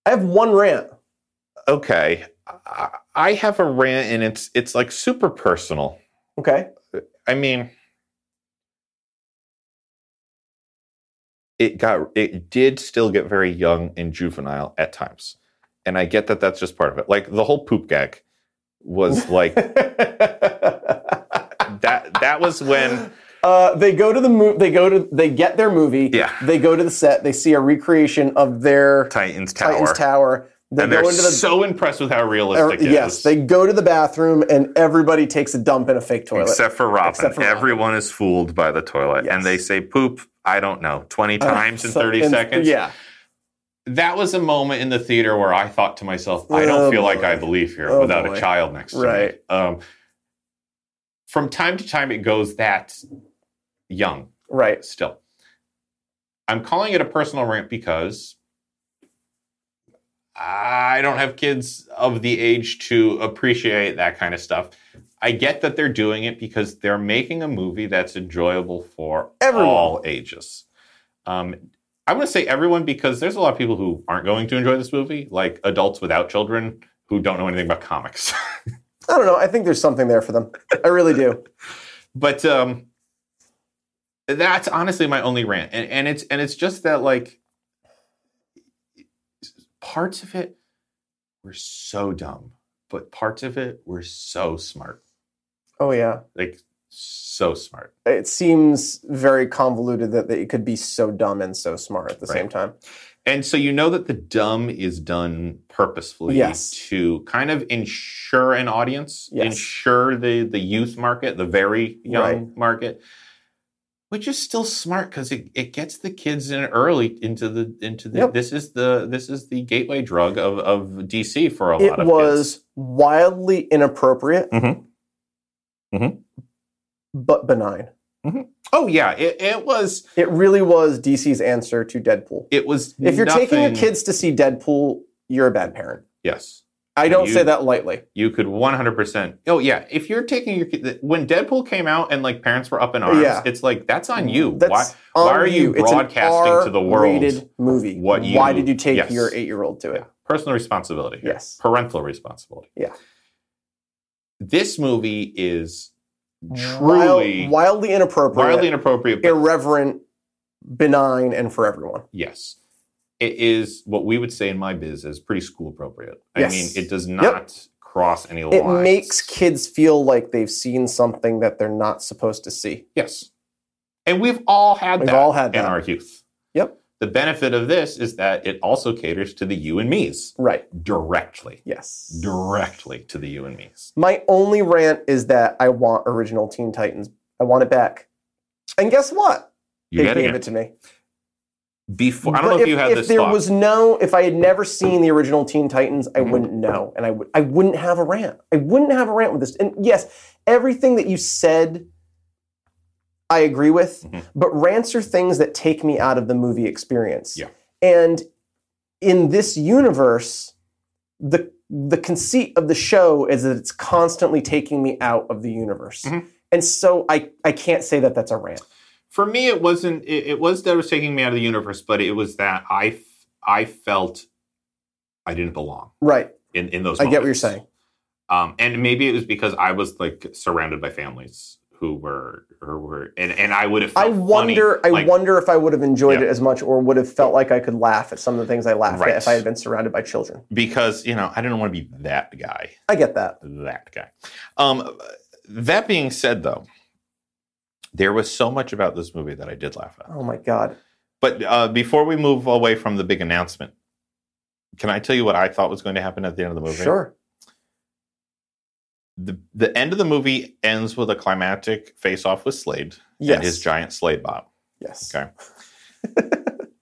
S3: I have one rant.
S1: Okay, I, I have a rant, and it's it's like super personal.
S3: Okay.
S1: I mean, it got it did still get very young and juvenile at times, and I get that that's just part of it. Like the whole poop gag was like that that was when
S3: uh, they go to the movie. They go to they get their movie.
S1: Yeah.
S3: They go to the set. They see a recreation of their
S1: Titans Tower.
S3: Titans Tower. They
S1: and
S3: go
S1: they're
S3: into the
S1: so impressed with how
S3: er,
S1: realistic it is.
S3: yes. They go to the bathroom and everybody takes a dump in a fake toilet.
S1: except for Robin.
S3: Except for Robin.
S1: Everyone is fooled by the toilet.
S3: Yes. Uh,
S1: And they say poop, I don't know, 20 times in
S3: So-
S1: 30
S3: in-
S1: seconds.
S3: Yeah.
S1: That was a moment in the theater where I thought to myself, I
S3: Oh,
S1: don't feel like
S3: boy.
S1: I believe here
S3: Oh,
S1: without
S3: boy.
S1: a child next to
S3: Right.
S1: me. Um, from time to time, it goes that young.
S3: Right.
S1: still. I'm calling it a personal rant because I don't have kids of the age to appreciate that kind of stuff. I get that they're doing it because they're making a movie that's enjoyable for
S3: Everyone.
S1: all ages. Um, I'm going to say everyone because there's a lot of people who aren't going to enjoy this movie, like adults without children who don't know anything about comics.
S3: I don't know. I think there's something there for them. I really do.
S1: but um that's honestly my only rant and, and it's and it's just that like parts of it were so dumb but parts of it were so smart
S3: Oh yeah.
S1: like So smart.
S3: It seems very convoluted that that it could be so dumb and so smart at the same
S1: Right.
S3: time.
S1: And so you know that the dumb is done purposefully
S3: Yes.
S1: to kind of ensure an audience,
S3: Yes.
S1: ensure the the youth market, the very young
S3: Right.
S1: market, which is still smart because it, it gets the kids in early into the into the
S3: Yep.
S1: this is the this is the gateway drug of, of DC for a lot
S3: It
S1: of
S3: was
S1: kids.
S3: wildly inappropriate,
S1: Mhm. Mhm.
S3: but benign.
S1: Oh yeah, it, it was
S3: It really was DC's answer to Deadpool.
S1: it was
S3: If you're taking your
S1: nothing-
S3: kids to see Deadpool, you're a bad parent.
S1: yes.
S3: I don't
S1: You-
S3: say that lightly.
S1: You could 100%. Oh, yeah. If you're taking your kid, when Deadpool came out and like parents were up in arms,
S3: Yeah. Mm-hmm.
S1: it's like, that's on you.
S3: That's
S1: Why,
S3: on
S1: why are you
S3: It's an
S1: broadcasting to the world
S3: R-rated movie.
S1: what you-
S3: Why did you take
S1: yes.
S3: your eight-year-old to it?
S1: personal responsibility. here.
S3: Yes.
S1: Parental responsibility.
S3: Yeah.
S1: This movie is truly
S3: Wild- wildly inappropriate,
S1: wildly inappropriate. but
S3: irreverent, benign, and for everyone.
S1: yes. It is what we would say in my biz is pretty school appropriate. I
S3: Yes.
S1: mean, it does not cross any
S3: It
S1: lines.
S3: makes kids feel like they've seen something that they're not supposed to see.
S1: Yes. And we've all had
S3: We've
S1: that
S3: all had
S1: in
S3: that.
S1: our youth.
S3: Yep.
S1: The benefit of this is that it also caters to the you and me's
S3: Right.
S1: directly.
S3: Yes.
S1: Directly to the you and me's.
S3: My only rant is that I want original Teen Titans. I want it back. And guess what?
S1: You
S3: they
S1: get
S3: gave
S1: it.
S3: it to me.
S1: Before I don't
S3: But
S1: know if, you had
S3: if
S1: this
S3: there
S1: thought.
S3: was no, if I had never seen the original Teen Titans, I
S1: Mhm.
S3: wouldn't know, and I would, I wouldn't have a rant. I wouldn't have a rant with this. And yes, everything that you said, I agree with.
S1: Mhm.
S3: But rants are things that take me out of the movie experience.
S1: Yeah.
S3: And in this universe, the the conceit of the show is that it's constantly taking me out of the universe.
S1: Mhm.
S3: And so I, I can't say that that's a rant.
S1: For me, it wasn't. It, it was that it was taking me out of the universe, but it was that I f- I felt I didn't belong
S3: Right.
S1: in in those.
S3: I get what you're
S1: moments.
S3: saying.
S1: Um, and maybe it was because I was like surrounded by families who were who were and and I would have.
S3: I
S1: Felt
S3: wonder.
S1: funny,
S3: I
S1: like,
S3: wonder if I would have enjoyed
S1: Yeah.
S3: it as much, or would have felt like I could laugh at some of the things I laughed
S1: Right.
S3: at if I had been surrounded by children.
S1: because you know I didn't want to be that guy.
S3: I get that.
S1: that guy. Um, that being said, though, there was so much about this movie that I did laugh at.
S3: Oh my god.
S1: But uh, before we move away from the big announcement, can I tell you what I thought was going to happen at the end of the movie?
S3: Sure.
S1: The, the end of the movie ends with a climactic face off with Slade
S3: Yes.
S1: and his giant Slade bot.
S3: yes.
S1: Okay.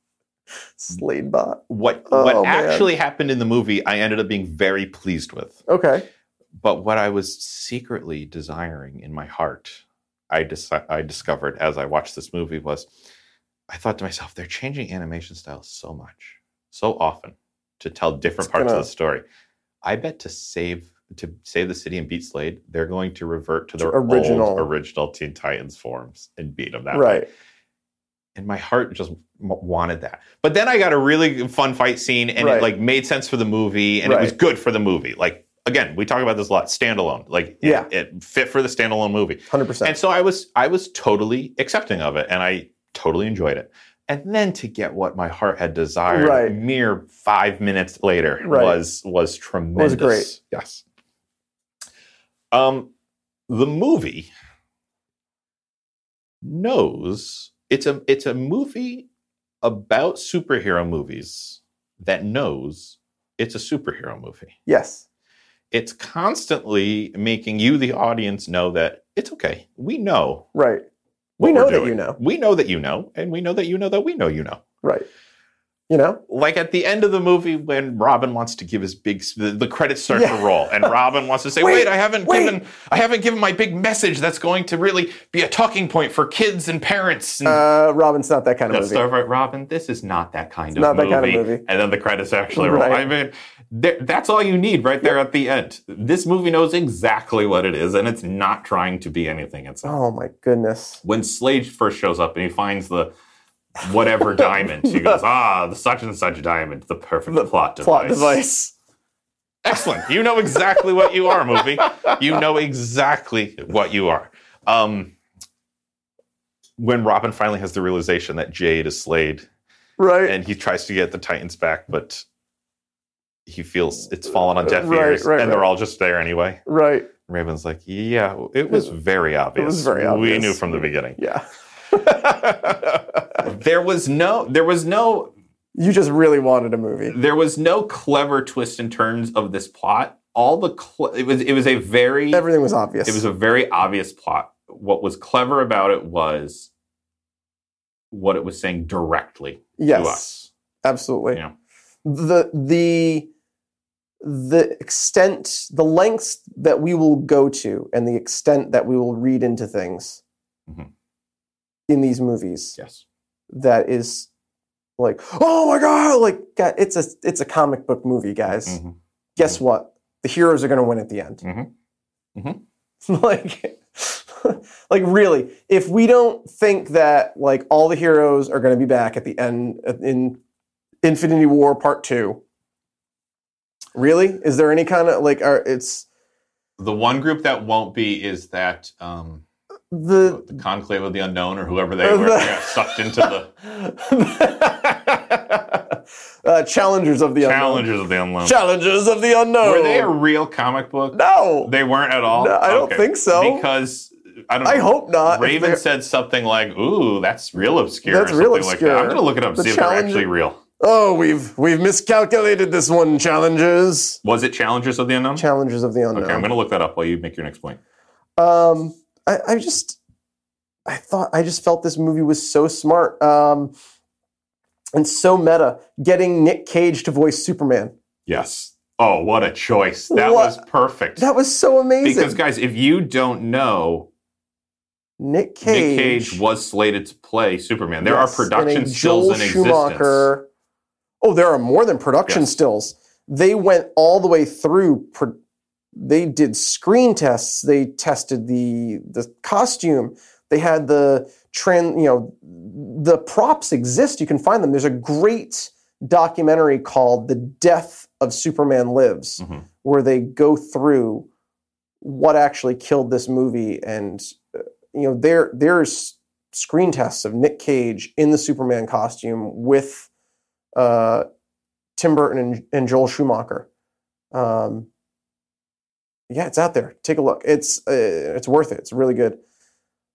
S3: Slade bot.
S1: What,
S3: Oh,
S1: what
S3: man.
S1: actually happened in the movie, I ended up being very pleased with.
S3: Okay.
S1: But what I was secretly desiring in my heart, I, dis- I discovered as I watched this movie was I thought to myself, they're changing animation styles so much, so often to tell different
S3: It's
S1: parts
S3: gonna-
S1: of the story. I bet to save to save the city and beat Slade, they're going to revert to their original
S3: original.
S1: old, original Teen Titans forms and beat them that way.
S3: Right.
S1: And my heart just w- wanted that. But then I got a really fun fight scene, and it
S3: Right.
S1: like made sense for the movie, and it was
S3: Right.
S1: good for the movie. Like again, we talk about this a lot. Standalone, like it-
S3: Yeah.
S1: it fit for the standalone movie.
S3: Hundred
S1: And
S3: percent.
S1: so I was I was totally accepting of it and I totally enjoyed it. And then to get what my heart had desired
S3: Right.
S1: mere five minutes later
S3: Right.
S1: was was tremendous.
S3: great.
S1: Yes. Um the movie knows it's a it's a movie about superhero movies that knows it's a superhero movie
S3: Yes.
S1: it's constantly making you, the audience, know that it's okay. We know.
S3: Right.
S1: what
S3: We
S1: we're
S3: know that
S1: doing.
S3: you know.
S1: We know that you know, and we know that you know that we know you know.
S3: Right. You know.
S1: Like at the end of the movie, when Robin wants to give his big, the, the credits start
S3: Yeah.
S1: to roll, and Robin wants to say, "Wait,
S3: Wait,
S1: I haven't
S3: wait."
S1: given, I haven't given my big message that's going to really be a talking point for kids and parents." And
S3: Uh, Robin's not that kind of
S1: that's
S3: movie.
S1: Hmm. the right, Robin. This is not that kind of
S3: not that
S1: movie.
S3: kind of movie.
S1: And then the credits actually roll.
S3: Right.
S1: I mean, there, that's all you need right there at the end. This movie knows exactly what it is, and it's not trying to be anything it's not.
S3: Oh my goodness.
S1: When Slade first shows up and he finds the whatever diamond, he goes, "Ah, the such and such diamond, the perfect plot device."
S3: Plot device.
S1: Excellent. You know exactly what you are, movie. You know exactly what you are. Um, when Robin finally has the realization that Jade is Slade
S3: Right.
S1: and he tries to get the Titans back, but he feels it's fallen on deaf
S3: Right,
S1: ears,
S3: right,
S1: and they're
S3: right.
S1: all just there anyway.
S3: right.
S1: Raven's like, yeah, it was very obvious.
S3: very
S1: We
S3: obvious.
S1: knew from the beginning.
S3: Yeah.
S1: There was no, there was no
S3: you just really wanted a movie.
S1: there was no clever twists and turns of this plot. All the cle it was it was a very
S3: Everything was obvious.
S1: it was a very obvious plot. What was clever about it was what it was saying directly
S3: yes.
S1: to us.
S3: Absolutely.
S1: Yeah.
S3: The the the extent, the lengths that we will go to, and the extent that we will read into things
S1: Mhm.
S3: in these movies,
S1: Yes.
S3: that is like, oh my god, like God, it's a it's a comic book movie, guys.
S1: Mhm.
S3: Guess what? The heroes are going to win at the end.
S1: Mhm. Mhm.
S3: like, like really, if we don't think that like all the heroes are going to be back at the end at- in Infinity War Part Two, really, is there any kind of like? Are, it's
S1: The one group that won't be is that um,
S3: the
S1: the Conclave of the Unknown or whoever they
S3: Uh,
S1: were
S3: the-
S1: got sucked into the
S3: uh, challengers of the
S1: Challengers of the
S3: unknown.
S1: Unknown.
S3: Challengers of the unknown.
S1: Were they a real comic book?
S3: no?
S1: They weren't at all.
S3: No, I don't think so.
S1: Because I don't. Know,
S3: I hope not.
S1: Raven
S3: They're-
S1: said something like, "Ooh, that's real obscure."
S3: That's
S1: or
S3: real
S1: something Like that. I'm
S3: obscure.
S1: gonna look it up and
S3: The
S1: see if they're
S3: Challenger-
S1: actually real.
S3: Oh, we've we've miscalculated this one, challengers.
S1: Was it Challengers of the Unknown?
S3: Challengers of the unknown.
S1: Okay, I'm gonna look that up while you make your next point.
S3: Um, I, I just, I thought, I just felt this movie was so smart um, and so meta. Getting Nick Cage to voice Superman
S1: Yes. Oh, what a choice! That was
S3: What-
S1: perfect.
S3: that was so amazing.
S1: because guys, if you don't know,
S3: Nick Cage,
S1: Nick Cage was slated to play Superman. There
S3: yes,
S1: are production
S3: and a
S1: stills
S3: Joel
S1: in existence.
S3: Schumacher. Oh, there are more than production
S1: Yes.
S3: stills. They went all the way through. Pro- they did screen tests. They tested the the costume. They had the trend. You know, the props exist. You can find them. There's a great documentary called "The Death of Superman Lives,"
S1: Mhm.
S3: where they go through what actually killed this movie, and uh, you know, there there's screen tests of Nick Cage in the Superman costume with uh, Tim Burton and, and Joel Schumacher. Um, yeah, it's out there. Take a look. It's uh, it's worth it. It's really good.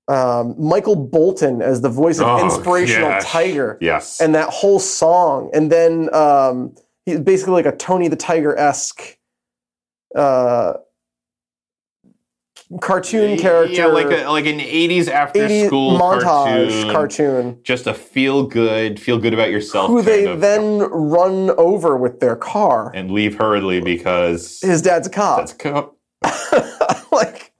S3: Um, Michael Bolton as the voice of
S1: Oh,
S3: inspirational
S1: gosh.
S3: Tiger,
S1: Yes.
S3: and that whole song, and then um, he's basically like a Tony the Tiger esque. Uh, cartoon character
S1: Yeah, like a, like an '80s after
S3: 80s
S1: school
S3: montage cartoon,
S1: just a feel good, feel good about yourself.
S3: who
S1: kind
S3: they
S1: of,
S3: then run over with their car.
S1: and leave hurriedly because
S3: His dad's a cop.
S1: that's co-
S3: like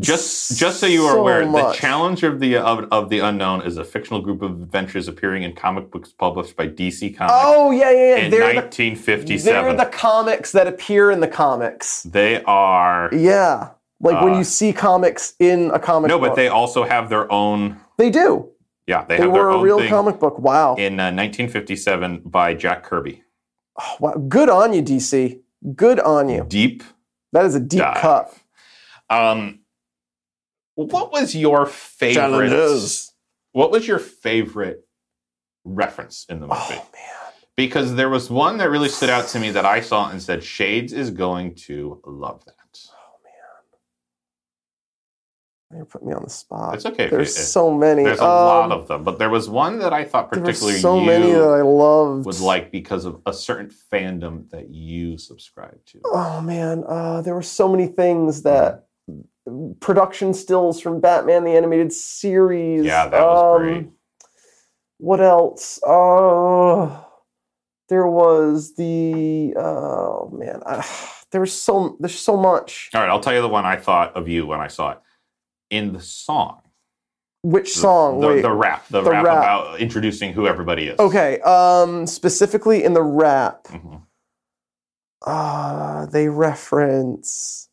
S1: just just so you are
S3: So
S1: aware.
S3: much.
S1: The Challenger of the of, of the Unknown is a fictional group of adventures appearing in comic books published by DC Comics
S3: oh yeah yeah yeah.
S1: in
S3: They're the, they're
S1: 1957.
S3: the comics that appear in the comics.
S1: they are
S3: Yeah. Like when
S1: Uh,
S3: you see comics in a comic
S1: no,
S3: book.
S1: but they also have their own.
S3: they do.
S1: Yeah, they,
S3: They
S1: have their
S3: were a
S1: own
S3: real
S1: thing
S3: comic book. Wow.
S1: in uh, 1957 by Jack Kirby.
S3: Oh, wow. Good on you, DC. Good on you.
S1: Deep
S3: That is a deep
S1: dive.
S3: cut.
S1: Um, what was your favorite? What was your favorite reference in the movie?
S3: Oh man.
S1: because there was one that really stood out to me that I saw and said, Shades is going to love that.
S3: You're putting me on the spot.
S1: It's okay. if
S3: There's
S1: you-
S3: so many.
S1: there's a
S3: Um,
S1: lot of them, but there was one that I thought
S3: There were
S1: particularly
S3: so
S1: you
S3: many uh, that I loved.
S1: would like because of a certain fandom that you subscribe to.
S3: Oh man, uh, there were so many things that
S1: Mm.
S3: production stills from Batman the animated series. Um,
S1: Yeah, that was great.
S3: What else? Oh, there was the oh man, I, there was so there's so much.
S1: All right, I'll tell you the one I thought of you when I saw it. In the song,
S3: Which
S1: the-
S3: song?
S1: the,
S3: Wait.
S1: the rap, the,
S3: The
S1: rap,
S3: rap.
S1: about introducing who everybody is.
S3: okay, um, specifically in the rap.
S1: Mhm.
S3: Uh, they reference.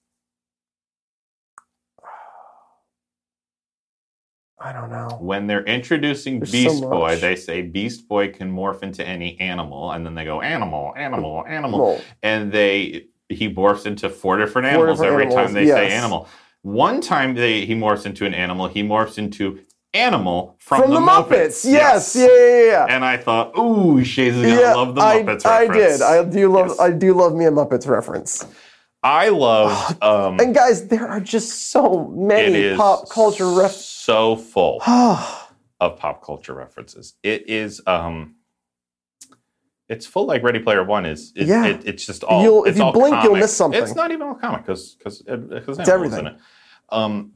S3: I don't know.
S1: When they're introducing
S3: There's so
S1: Beast Boy,
S3: much.
S1: they say Beast Boy can morph into any animal, and then they go animal, animal, animal.
S3: Well,
S1: and they he morphs into four different
S3: Four
S1: animals
S3: different
S1: every
S3: animals,
S1: time they say
S3: yes.
S1: animal. One time they he morphs into an animal, he morphs into animal from,
S3: from, the, Muppets. Yes. Yeah. Yeah. Yeah.
S1: And I thought, ooh, Shades is
S3: yeah.
S1: gonna love the
S3: I,
S1: Muppets
S3: I
S1: reference.
S3: did. I do love.
S1: Yes. Hmm.
S3: I do love me a Muppets reference.
S1: I loved. Um,
S3: Oh, And guys, there are just so
S1: it
S3: many
S1: is
S3: pop culture ref.
S1: so full
S3: Oh,
S1: of pop culture references. It is. Um, it's full like Ready Player One is. It,
S3: Yeah.
S1: it- it's just all.
S3: You'll- if
S1: it's
S3: you
S1: all
S3: blink, you'll
S1: comic.
S3: miss something.
S1: It's not even all comic uh, because because because
S3: everything.
S1: It. Um,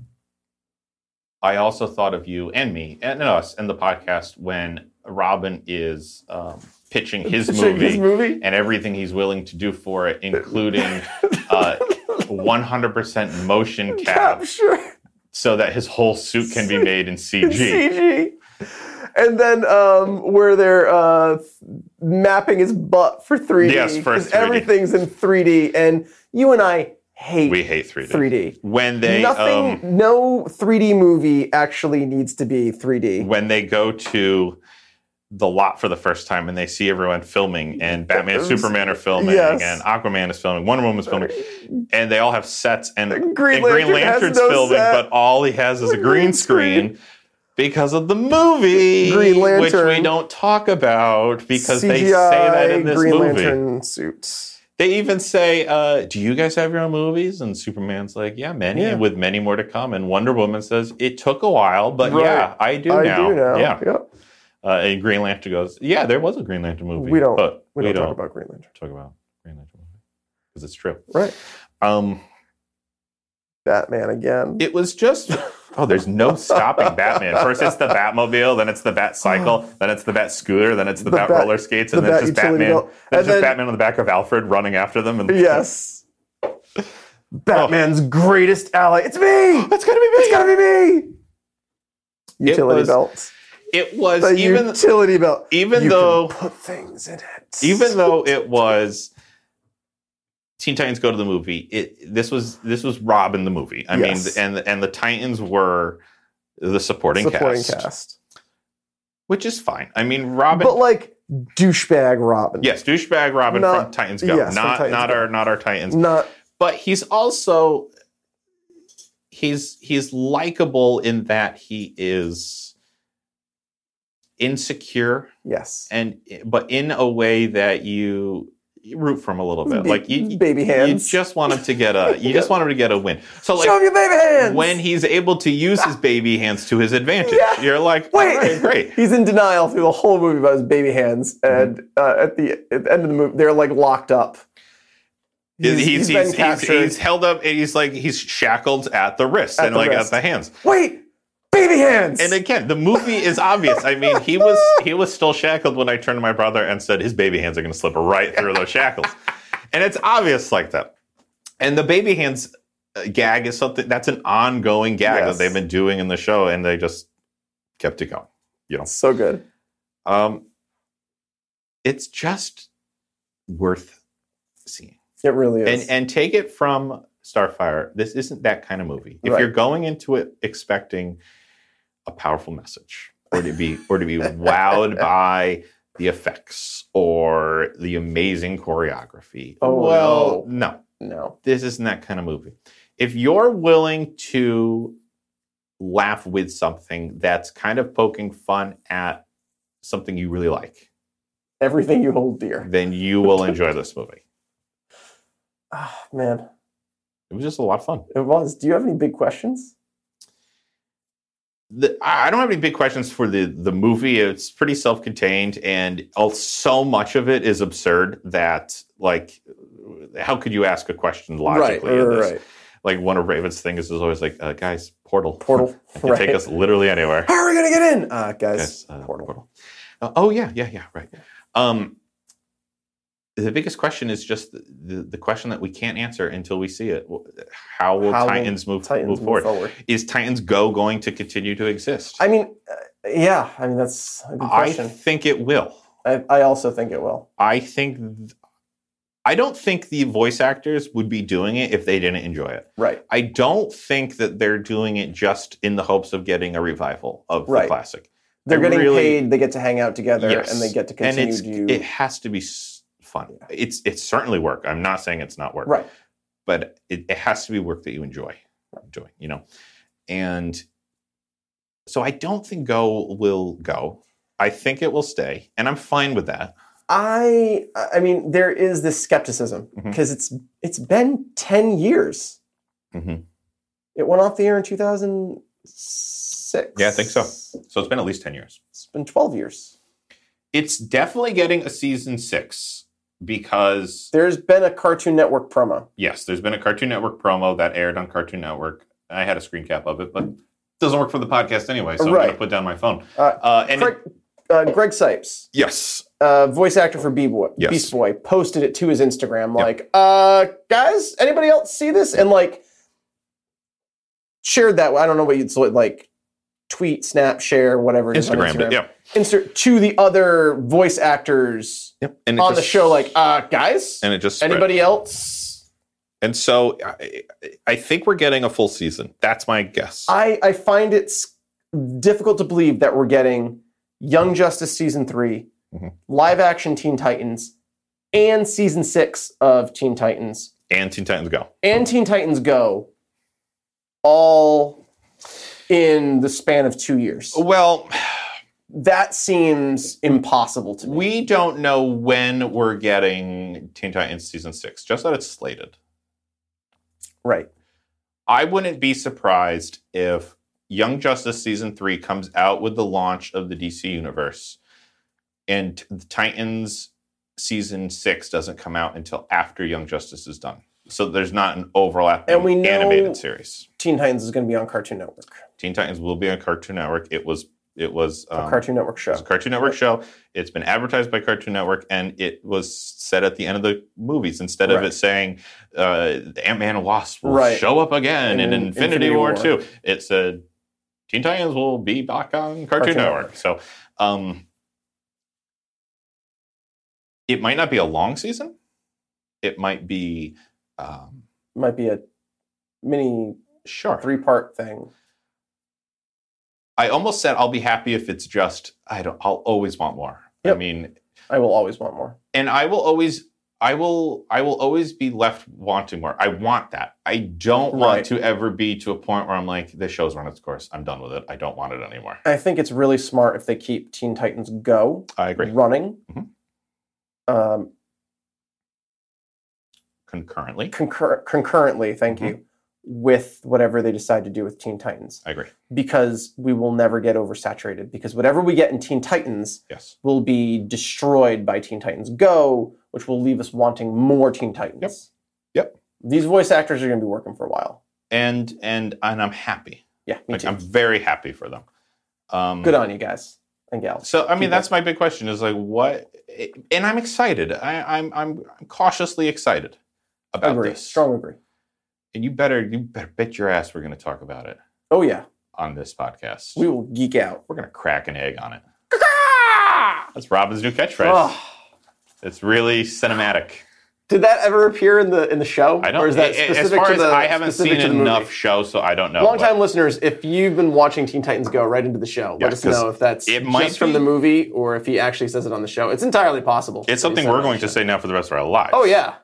S1: I also thought of you and me and us and the podcast when Robin is um, pitching his movie
S3: This movie.
S1: and everything he's willing to do for it, including uh, 100% motion cap,
S3: Capture
S1: so that his whole suit can be made in
S3: in
S1: CG.
S3: CG. And then um, where they're uh, mapping his butt for 3D.
S1: Yes, for
S3: 'cause
S1: 3D.
S3: everything's in 3D. And you and I hate
S1: We hate 3D.
S3: 3D.
S1: When they
S3: Nothing,
S1: um,
S3: no 3D movie actually needs to be 3D.
S1: when they go to the lot for the first time and they see everyone filming and Batman and
S3: Yes.
S1: Superman are filming
S3: Yes.
S1: and Aquaman is filming, Wonder Woman's filming, and they all have sets and,
S3: And
S1: and
S3: Green
S1: Green
S3: Lantern has
S1: Lantern's
S3: no
S1: filming,
S3: set.
S1: but all he has is a
S3: A
S1: green,
S3: green
S1: screen. because of the movie
S3: Green
S1: which we
S3: Lantern.
S1: don't talk about because they say
S3: CGI
S1: that in this
S3: Green
S1: movie.
S3: Lantern suits.
S1: They even say, uh, "Do you guys have your own movies?" And Superman's like, "Yeah, many,
S3: Yeah.
S1: and with many more to come." And Wonder Woman says, "It took a while, but
S3: Right.
S1: yeah, I do
S3: I
S1: now."
S3: do now.
S1: Yeah,
S3: Yep.
S1: uh, and Green Lantern goes, "Yeah, there was a Green Lantern movie.
S3: We don't-
S1: but
S3: We, don't, talk about Green Lantern.
S1: talk about Green Lantern movie because it's true."
S3: Right.
S1: Um,
S3: Batman again.
S1: it was just oh there's no stopping batman first it's the batmobile then it's the bat cycle then it's the bat scooter then it's the,
S3: The
S1: bat,
S3: Bat-
S1: roller skates and then
S3: the Bat
S1: just
S3: utility
S1: batman
S3: belt.
S1: then
S3: And
S1: just
S3: then-
S1: batman on the back of alfred running after them and
S3: Yes.
S1: Oh.
S3: Batman's greatest ally. It's me.
S1: it's gonna be
S3: It's gotta be me.
S1: It
S3: Utility
S1: was-
S3: belt.
S1: it was
S3: The
S1: even
S3: utility belt.
S1: even
S3: You can
S1: though-
S3: put things in it.
S1: even though it was Teen Titans Go to the Movie, it this was this was Robin the movie. I
S3: Yes.
S1: mean, and and the Titans were the supporting,
S3: supporting
S1: cast,
S3: cast.
S1: which is fine. I mean, Robin.
S3: But like douchebag Robin.
S1: yes, douchebag Robin
S3: Not-
S1: from Titans Go,
S3: yes, from
S1: not
S3: Titans
S1: not
S3: Go.
S1: our not our Titans.
S3: Not
S1: but he's also he's he's likable in that he is insecure
S3: yes.
S1: and but in a way that you, you root for him a little bit
S3: Mm,
S1: like you,
S3: baby
S1: you
S3: hands.
S1: just want him to get a you just want him to get a win so like
S3: Show him your baby hands.
S1: when he's able to use his baby hands to his advantage
S3: Yeah.
S1: you're like
S3: Wait.
S1: all right, great
S3: He's in denial through the whole movie about his baby hands,
S1: Mm-hmm.
S3: and uh, at the at the end of the movie, they're like locked up.
S1: he's, he's, he's, he's,
S3: captured.
S1: held up and he's like he's shackled at the wrist
S3: At
S1: and
S3: the
S1: like at
S3: wrist.
S1: the hands
S3: Wait, baby hands.
S1: And again, the movie is obvious. I mean, he was he was still shackled when I turned to my brother and said his baby hands are going to slip right through those shackles, and it's obvious like that. And the baby hands uh, gag is something that's an ongoing gag that
S3: Yes.
S1: they've been doing in the show, and they just kept it going.
S3: so good.
S1: Um, it's just worth seeing,
S3: It really is.
S1: and and take it from Starfire. This isn't that kind of movie. If
S3: Right.
S1: you're going into it expecting a powerful message or to be or to be wowed by the effects or the amazing choreography.
S3: Oh,
S1: well, no.
S3: no.
S1: This isn't that kind of movie. If you're willing to laugh with something that's kind of poking fun at something you really like,
S3: Everything you hold dear.
S1: then you will enjoy this movie.
S3: Ah, man,
S1: It was just a lot of fun.
S3: it was. Do you have any big questions?
S1: the, I I don't have any big questions for the the movie. It's pretty self contained, and al- so much of it is absurd that like, how could you ask a question logically?
S3: right,
S1: in
S3: right,
S1: this?
S3: right.
S1: Like one of Raven's things is always like, uh, guys, portal,
S3: Portal.
S1: It can take us literally anywhere.
S3: How are we gonna get in? Uh, guys,
S1: Yes, uh,
S3: portal.
S1: Uh, oh yeah, yeah, yeah, right. Um, the biggest question is just the, the, the question that we can't answer until we see it. How will
S3: How will
S1: Titans move,
S3: Titans
S1: move
S3: move
S1: forward?
S3: forward.
S1: Is Titans Go going to continue to exist?
S3: I mean, uh, yeah. I mean, that's a good
S1: I
S3: question.
S1: think it will.
S3: I, I also think it will.
S1: I think th- I don't think the voice actors would be doing it if they didn't enjoy it.
S3: Right.
S1: I don't think that they're doing it just in the hopes of getting a revival of the
S3: Right.
S1: classic.
S3: They're
S1: I
S3: getting
S1: really-
S3: paid. They get to hang out together,
S1: Yes.
S3: and they get to
S1: And
S3: continue
S1: it's
S3: to.
S1: it has to be s- fun. It's it's certainly work. I'm not saying it's not work,
S3: right.
S1: but it, it has to be work that you enjoy doing. You know, and so I don't think Go will go. I think it will stay, and I'm fine with that.
S3: I I mean there is this skepticism
S1: Mhm.
S3: because it's it's been 10 years.
S1: Mhm.
S3: It went off the air in 2006.
S1: Yeah, I think so.
S3: It's
S1: So it's been at least 10 years.
S3: been 12 years.
S1: It's definitely getting a season six because,
S3: There's been a Cartoon Network promo.
S1: yes, there's been a Cartoon Network promo that aired on Cartoon Network. I had a screen cap of it, but it doesn't work for the podcast anyway, so I'm going
S3: Right.
S1: to put down my phone.
S3: Uh,
S1: Uh, and
S3: Craig, uh, Greg Sipes,
S1: yes,
S3: uh, voice actor for B-Boy,
S1: Yes.
S3: Beast Boy, posted it to his Instagram
S1: Yep.
S3: like, uh, guys, anybody else see this? And like shared that. I don't know what you'd sort of, like tweet, snap, share, whatever. it is on
S1: Instagrammed it. Yeah.
S3: insert to the other voice actors
S1: Yep. And it
S3: on the
S1: just-
S3: show, like, uh, guys,
S1: and it just spread.
S3: anybody else?
S1: And so I, I think we're getting a full season. That's my guess.
S3: I, I find it s- difficult to believe that we're getting Young
S1: Mm-hmm.
S3: Justice season 3
S1: Mhm.
S3: live action Teen Titans, and season six of Teen Titans,
S1: and Teen Titans Go.
S3: and Teen Titans Go, all in the span of two years.
S1: Well,
S3: That seems impossible to me.
S1: we don't know when we're getting Teen Titans season six, just that it's slated.
S3: right.
S1: I wouldn't be surprised if Young Justice season three comes out with the launch of the DC universe, and the Titans season six doesn't come out until after Young Justice is done. So there's not an overlap
S3: And we know-
S1: animated series.
S3: Teen Titans is going to be on Cartoon Network,
S1: Teen Titans will be on Cartoon Network. It was it was
S3: a
S1: um,
S3: Cartoon Network show.
S1: It's a Cartoon Network show. It's been advertised by Cartoon Network, and it was said at the end of the movies instead of
S3: Right.
S1: it saying uh, Ant Man and Wasp will
S3: Right.
S1: show up again in,
S3: In
S1: Infinity,
S3: Infinity
S1: War,
S3: War.
S1: 2. It said Teen Titans will be back on Cartoon,
S3: Cartoon
S1: Network.
S3: Network.
S1: So um, it might not be a long season. It might be um,
S3: might be a mini
S1: short.
S3: three part thing.
S1: I almost said I'll be happy if it's just I don't. I'll always want more.
S3: Yep.
S1: I mean,
S3: I will always want more.
S1: and I will always I will I will always be left wanting more. I want that. I don't
S3: Right.
S1: want to ever be to a point where I'm like, this show's run its course. I'm done with it. I don't want it anymore.
S3: I think it's really smart if they keep Teen Titans Go
S1: I agree.
S3: running
S1: Mhm.
S3: um,
S1: Concurrently.
S3: concur- concurrently, thank
S1: Mhm.
S3: you, with whatever they decide to do with Teen Titans
S1: I agree.
S3: because we will never get oversaturated because whatever we get in Teen Titans
S1: Yes.
S3: will be destroyed by Teen Titans Go, which will leave us wanting more Teen Titans.
S1: Yep.
S3: These voice actors are going to be working for a while.
S1: And and and I'm happy.
S3: Yeah, me
S1: Like
S3: too.
S1: I'm very happy for them. Um
S3: Good on you guys and gals.
S1: so I mean
S3: people.
S1: that's my big question is like what eh, and I'm excited. I, I'm I'm cautiously excited about
S3: Agree.
S1: this.
S3: Strong agree.
S1: And you better you better bet your ass we're gonna talk about it
S3: Oh yeah,
S1: on this podcast.
S3: we will geek out.
S1: We're gonna crack an egg on it. That's Robin's new catchphrase.
S3: Oh,
S1: It's really cinematic.
S3: did that ever appear in the in the show?
S1: I don't.
S3: Or is that
S1: a- a-
S3: specific
S1: as far
S3: to
S1: as
S3: the-
S1: I haven't
S3: specific
S1: seen
S3: to the movie?
S1: enough show, so I don't know.
S3: Long
S1: but
S3: time listeners, if you've been watching Teen Titans Go right into the show,
S1: Yeah,
S3: let us
S1: 'cause
S3: know if that's
S1: it might
S3: just from
S1: be-
S3: the movie or if he actually says it on the show. It's entirely possible. that he
S1: It's something
S3: said it
S1: we're
S3: on
S1: going to
S3: the show.
S1: say now for the rest of our lives.
S3: Oh yeah,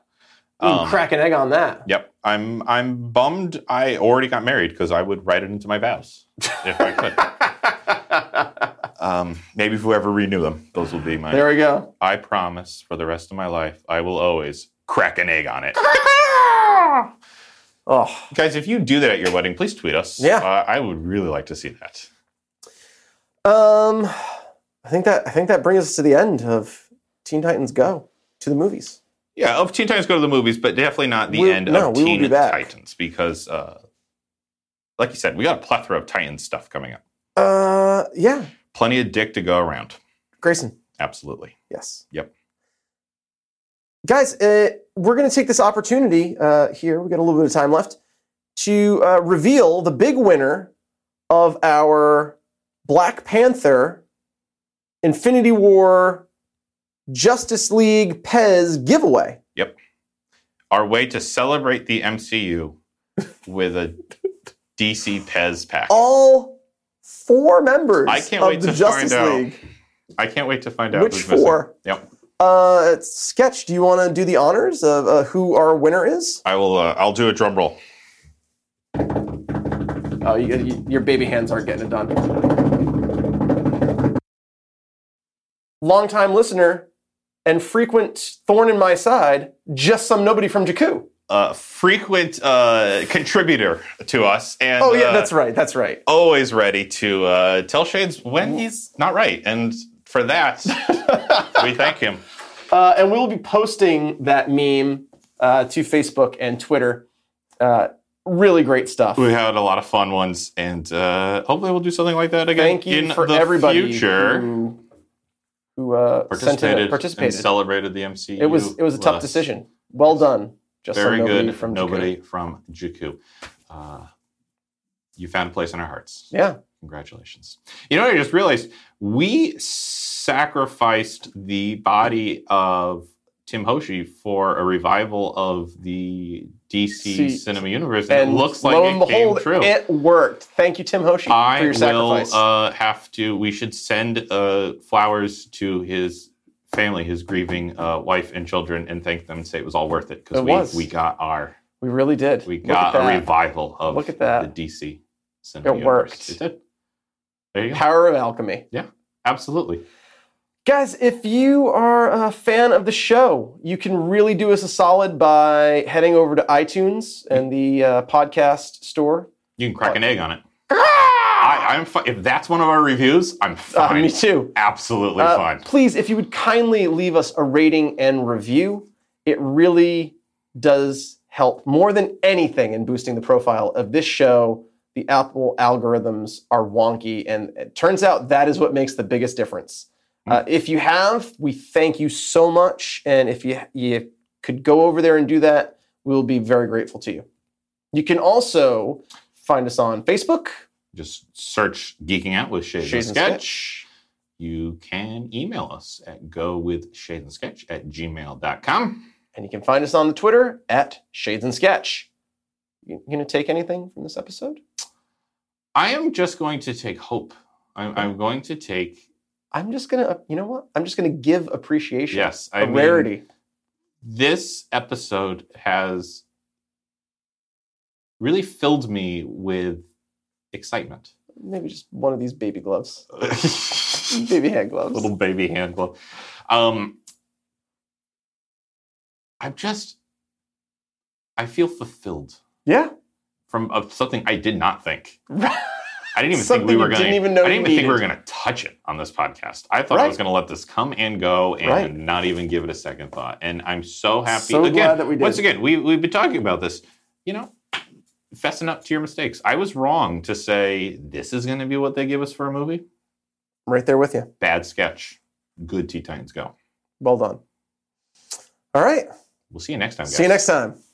S3: We can
S1: Um,
S3: crack an egg on that.
S1: Yep. I'm. I'm bummed. I already got married because I would write it into my vows if I could. um, maybe whoever renew them, those will be my.
S3: there we go.
S1: I promise for the rest of my life, I will always crack an egg on it.
S3: Oh,
S1: Guys, if you do that at your wedding, please tweet us.
S3: Yeah.
S1: Uh, I would really like to see that.
S3: um, I think that I think that brings us to the end of Teen Titans Go to the movies.
S1: Yeah, of Teen Titans Go to the movies, but definitely not the
S3: We'll-
S1: end
S3: no,
S1: of
S3: we will
S1: Teen
S3: be back.
S1: Titans because, uh, like you said, we got a plethora of Titans stuff coming up.
S3: Uh, yeah,
S1: Plenty of dick to go around.
S3: Grayson.
S1: Absolutely.
S3: Yes.
S1: Yep.
S3: Guys, uh, we're going to take this opportunity uh, here. We got a little bit of time left to uh, reveal the big winner of our Black Panther Infinity War Justice League Pez giveaway.
S1: Our way to celebrate the MCU with a DC Pez pack.
S3: All four members
S1: I can't
S3: of
S1: wait
S3: the
S1: to
S3: Justice
S1: find out
S3: League.
S1: I can't wait to find out
S3: Which
S1: who's missing.
S3: four?
S1: Yep.
S3: Uh, Sketch, do you want to do the honors of uh, who our winner is?
S1: I will. Uh, I'll do a drum roll.
S2: Oh, you, you, your baby hands aren't getting it done.
S3: Longtime listener, and frequent thorn in my side, just some nobody from Jakku.
S1: uh, frequent uh, contributor to us, and
S3: Oh, yeah,
S1: uh,
S3: that's right. That's right.
S1: always ready to uh, tell Shades when he's not right, and for that we thank him.
S3: Uh, and we will be posting that meme uh, to Facebook and Twitter. Uh, really great stuff.
S1: We had a lot of fun ones, and uh, hopefully we'll do something like that again
S3: Thank you
S1: in
S3: for
S1: the
S3: everybody
S1: future.
S3: who, who uh, sent in,
S1: participated,
S3: participated.
S1: and celebrated the MCU.
S3: It was it was a tough
S1: with us.
S3: decision. Well done. Just some
S1: Very
S3: nobody
S1: good
S3: from Jakku.
S1: nobody from Juku. Uh, you found a place in our hearts.
S3: Yeah.
S1: Congratulations. You know, what I just realized we sacrificed the body of Tim Hoshi for a revival of the DC
S3: See,
S1: Cinema Universe, and,
S3: And
S1: it looks like
S3: lo
S1: it
S3: and behold,
S1: came true.
S3: it worked. Thank you, Tim Hoshi,
S1: I
S3: for your
S1: will
S3: sacrifice.
S1: uh, have to. We should send uh, flowers to his family, his grieving uh, wife and children, and thank them and say it was all worth it because
S3: It
S1: we
S3: was.
S1: we got our
S3: we really did.
S1: we
S3: Look
S1: got
S3: at
S1: a
S3: that.
S1: revival of
S3: Look at that.
S1: the DC cinema.
S3: It
S1: universe.
S3: worked.
S1: It did. There you go.
S3: Power of alchemy.
S1: Absolutely.
S3: Guys, if you are a fan of the show, you can really do us a solid by heading over to iTunes and the uh, podcast store.
S1: You can crack an egg on it. I, I'm fi- if that's one of our reviews, I'm
S3: Ah! Uh,
S1: fine.
S3: me too.
S1: Absolutely
S3: Uh,
S1: fine.
S3: Please, if you would kindly leave us a rating and review, it really does help more than anything in boosting the profile of this show. The Apple algorithms are wonky, and it turns out that is what makes the biggest difference.
S1: Hmm.
S3: Uh, if you have, we thank you so much, and if you you could go over there and do that, we'll be very grateful to you. You can also find us on Facebook.
S1: Just search Geeking Out with Shades,
S3: Shades
S1: and
S3: and
S1: Sketch. You can email us at go with Shades and Sketch at gmail.com.
S3: And you can find us on the Twitter at Shades and Sketch. You you gonna take anything from this episode?
S1: I am just going to take hope. I'm, I'm going to take,
S3: I'm just gonna, uh, you know what? I'm just gonna give appreciation.
S1: yes,
S3: a
S1: I mean,
S3: rarity.
S1: this episode has really filled me with excitement.
S3: Maybe just one of these baby gloves, baby hand gloves.
S1: little baby hand glove. Um, I'm just, I feel fulfilled
S3: Yeah.
S1: from of something I did not think.
S3: Right.
S1: I didn't even think
S3: Something
S1: we
S3: you
S1: were going.
S3: didn't even know
S1: I
S3: you
S1: didn't even think we were
S3: needed.
S1: going to touch it on this podcast. I thought I was
S3: Right.
S1: going to let this come and go and
S3: Right.
S1: not even give it a second thought. And I'm so happy.
S3: So
S1: again,
S3: glad that we did.
S1: Once again, we we've been talking about this. You know, fessing up to your mistakes. I was wrong to say this is going to be what they give us for a movie.
S3: right there with you.
S1: Bad sketch. Good Teen Titans Go.
S3: Well done. All right.
S1: We'll see you next time, guys.
S3: See you next time.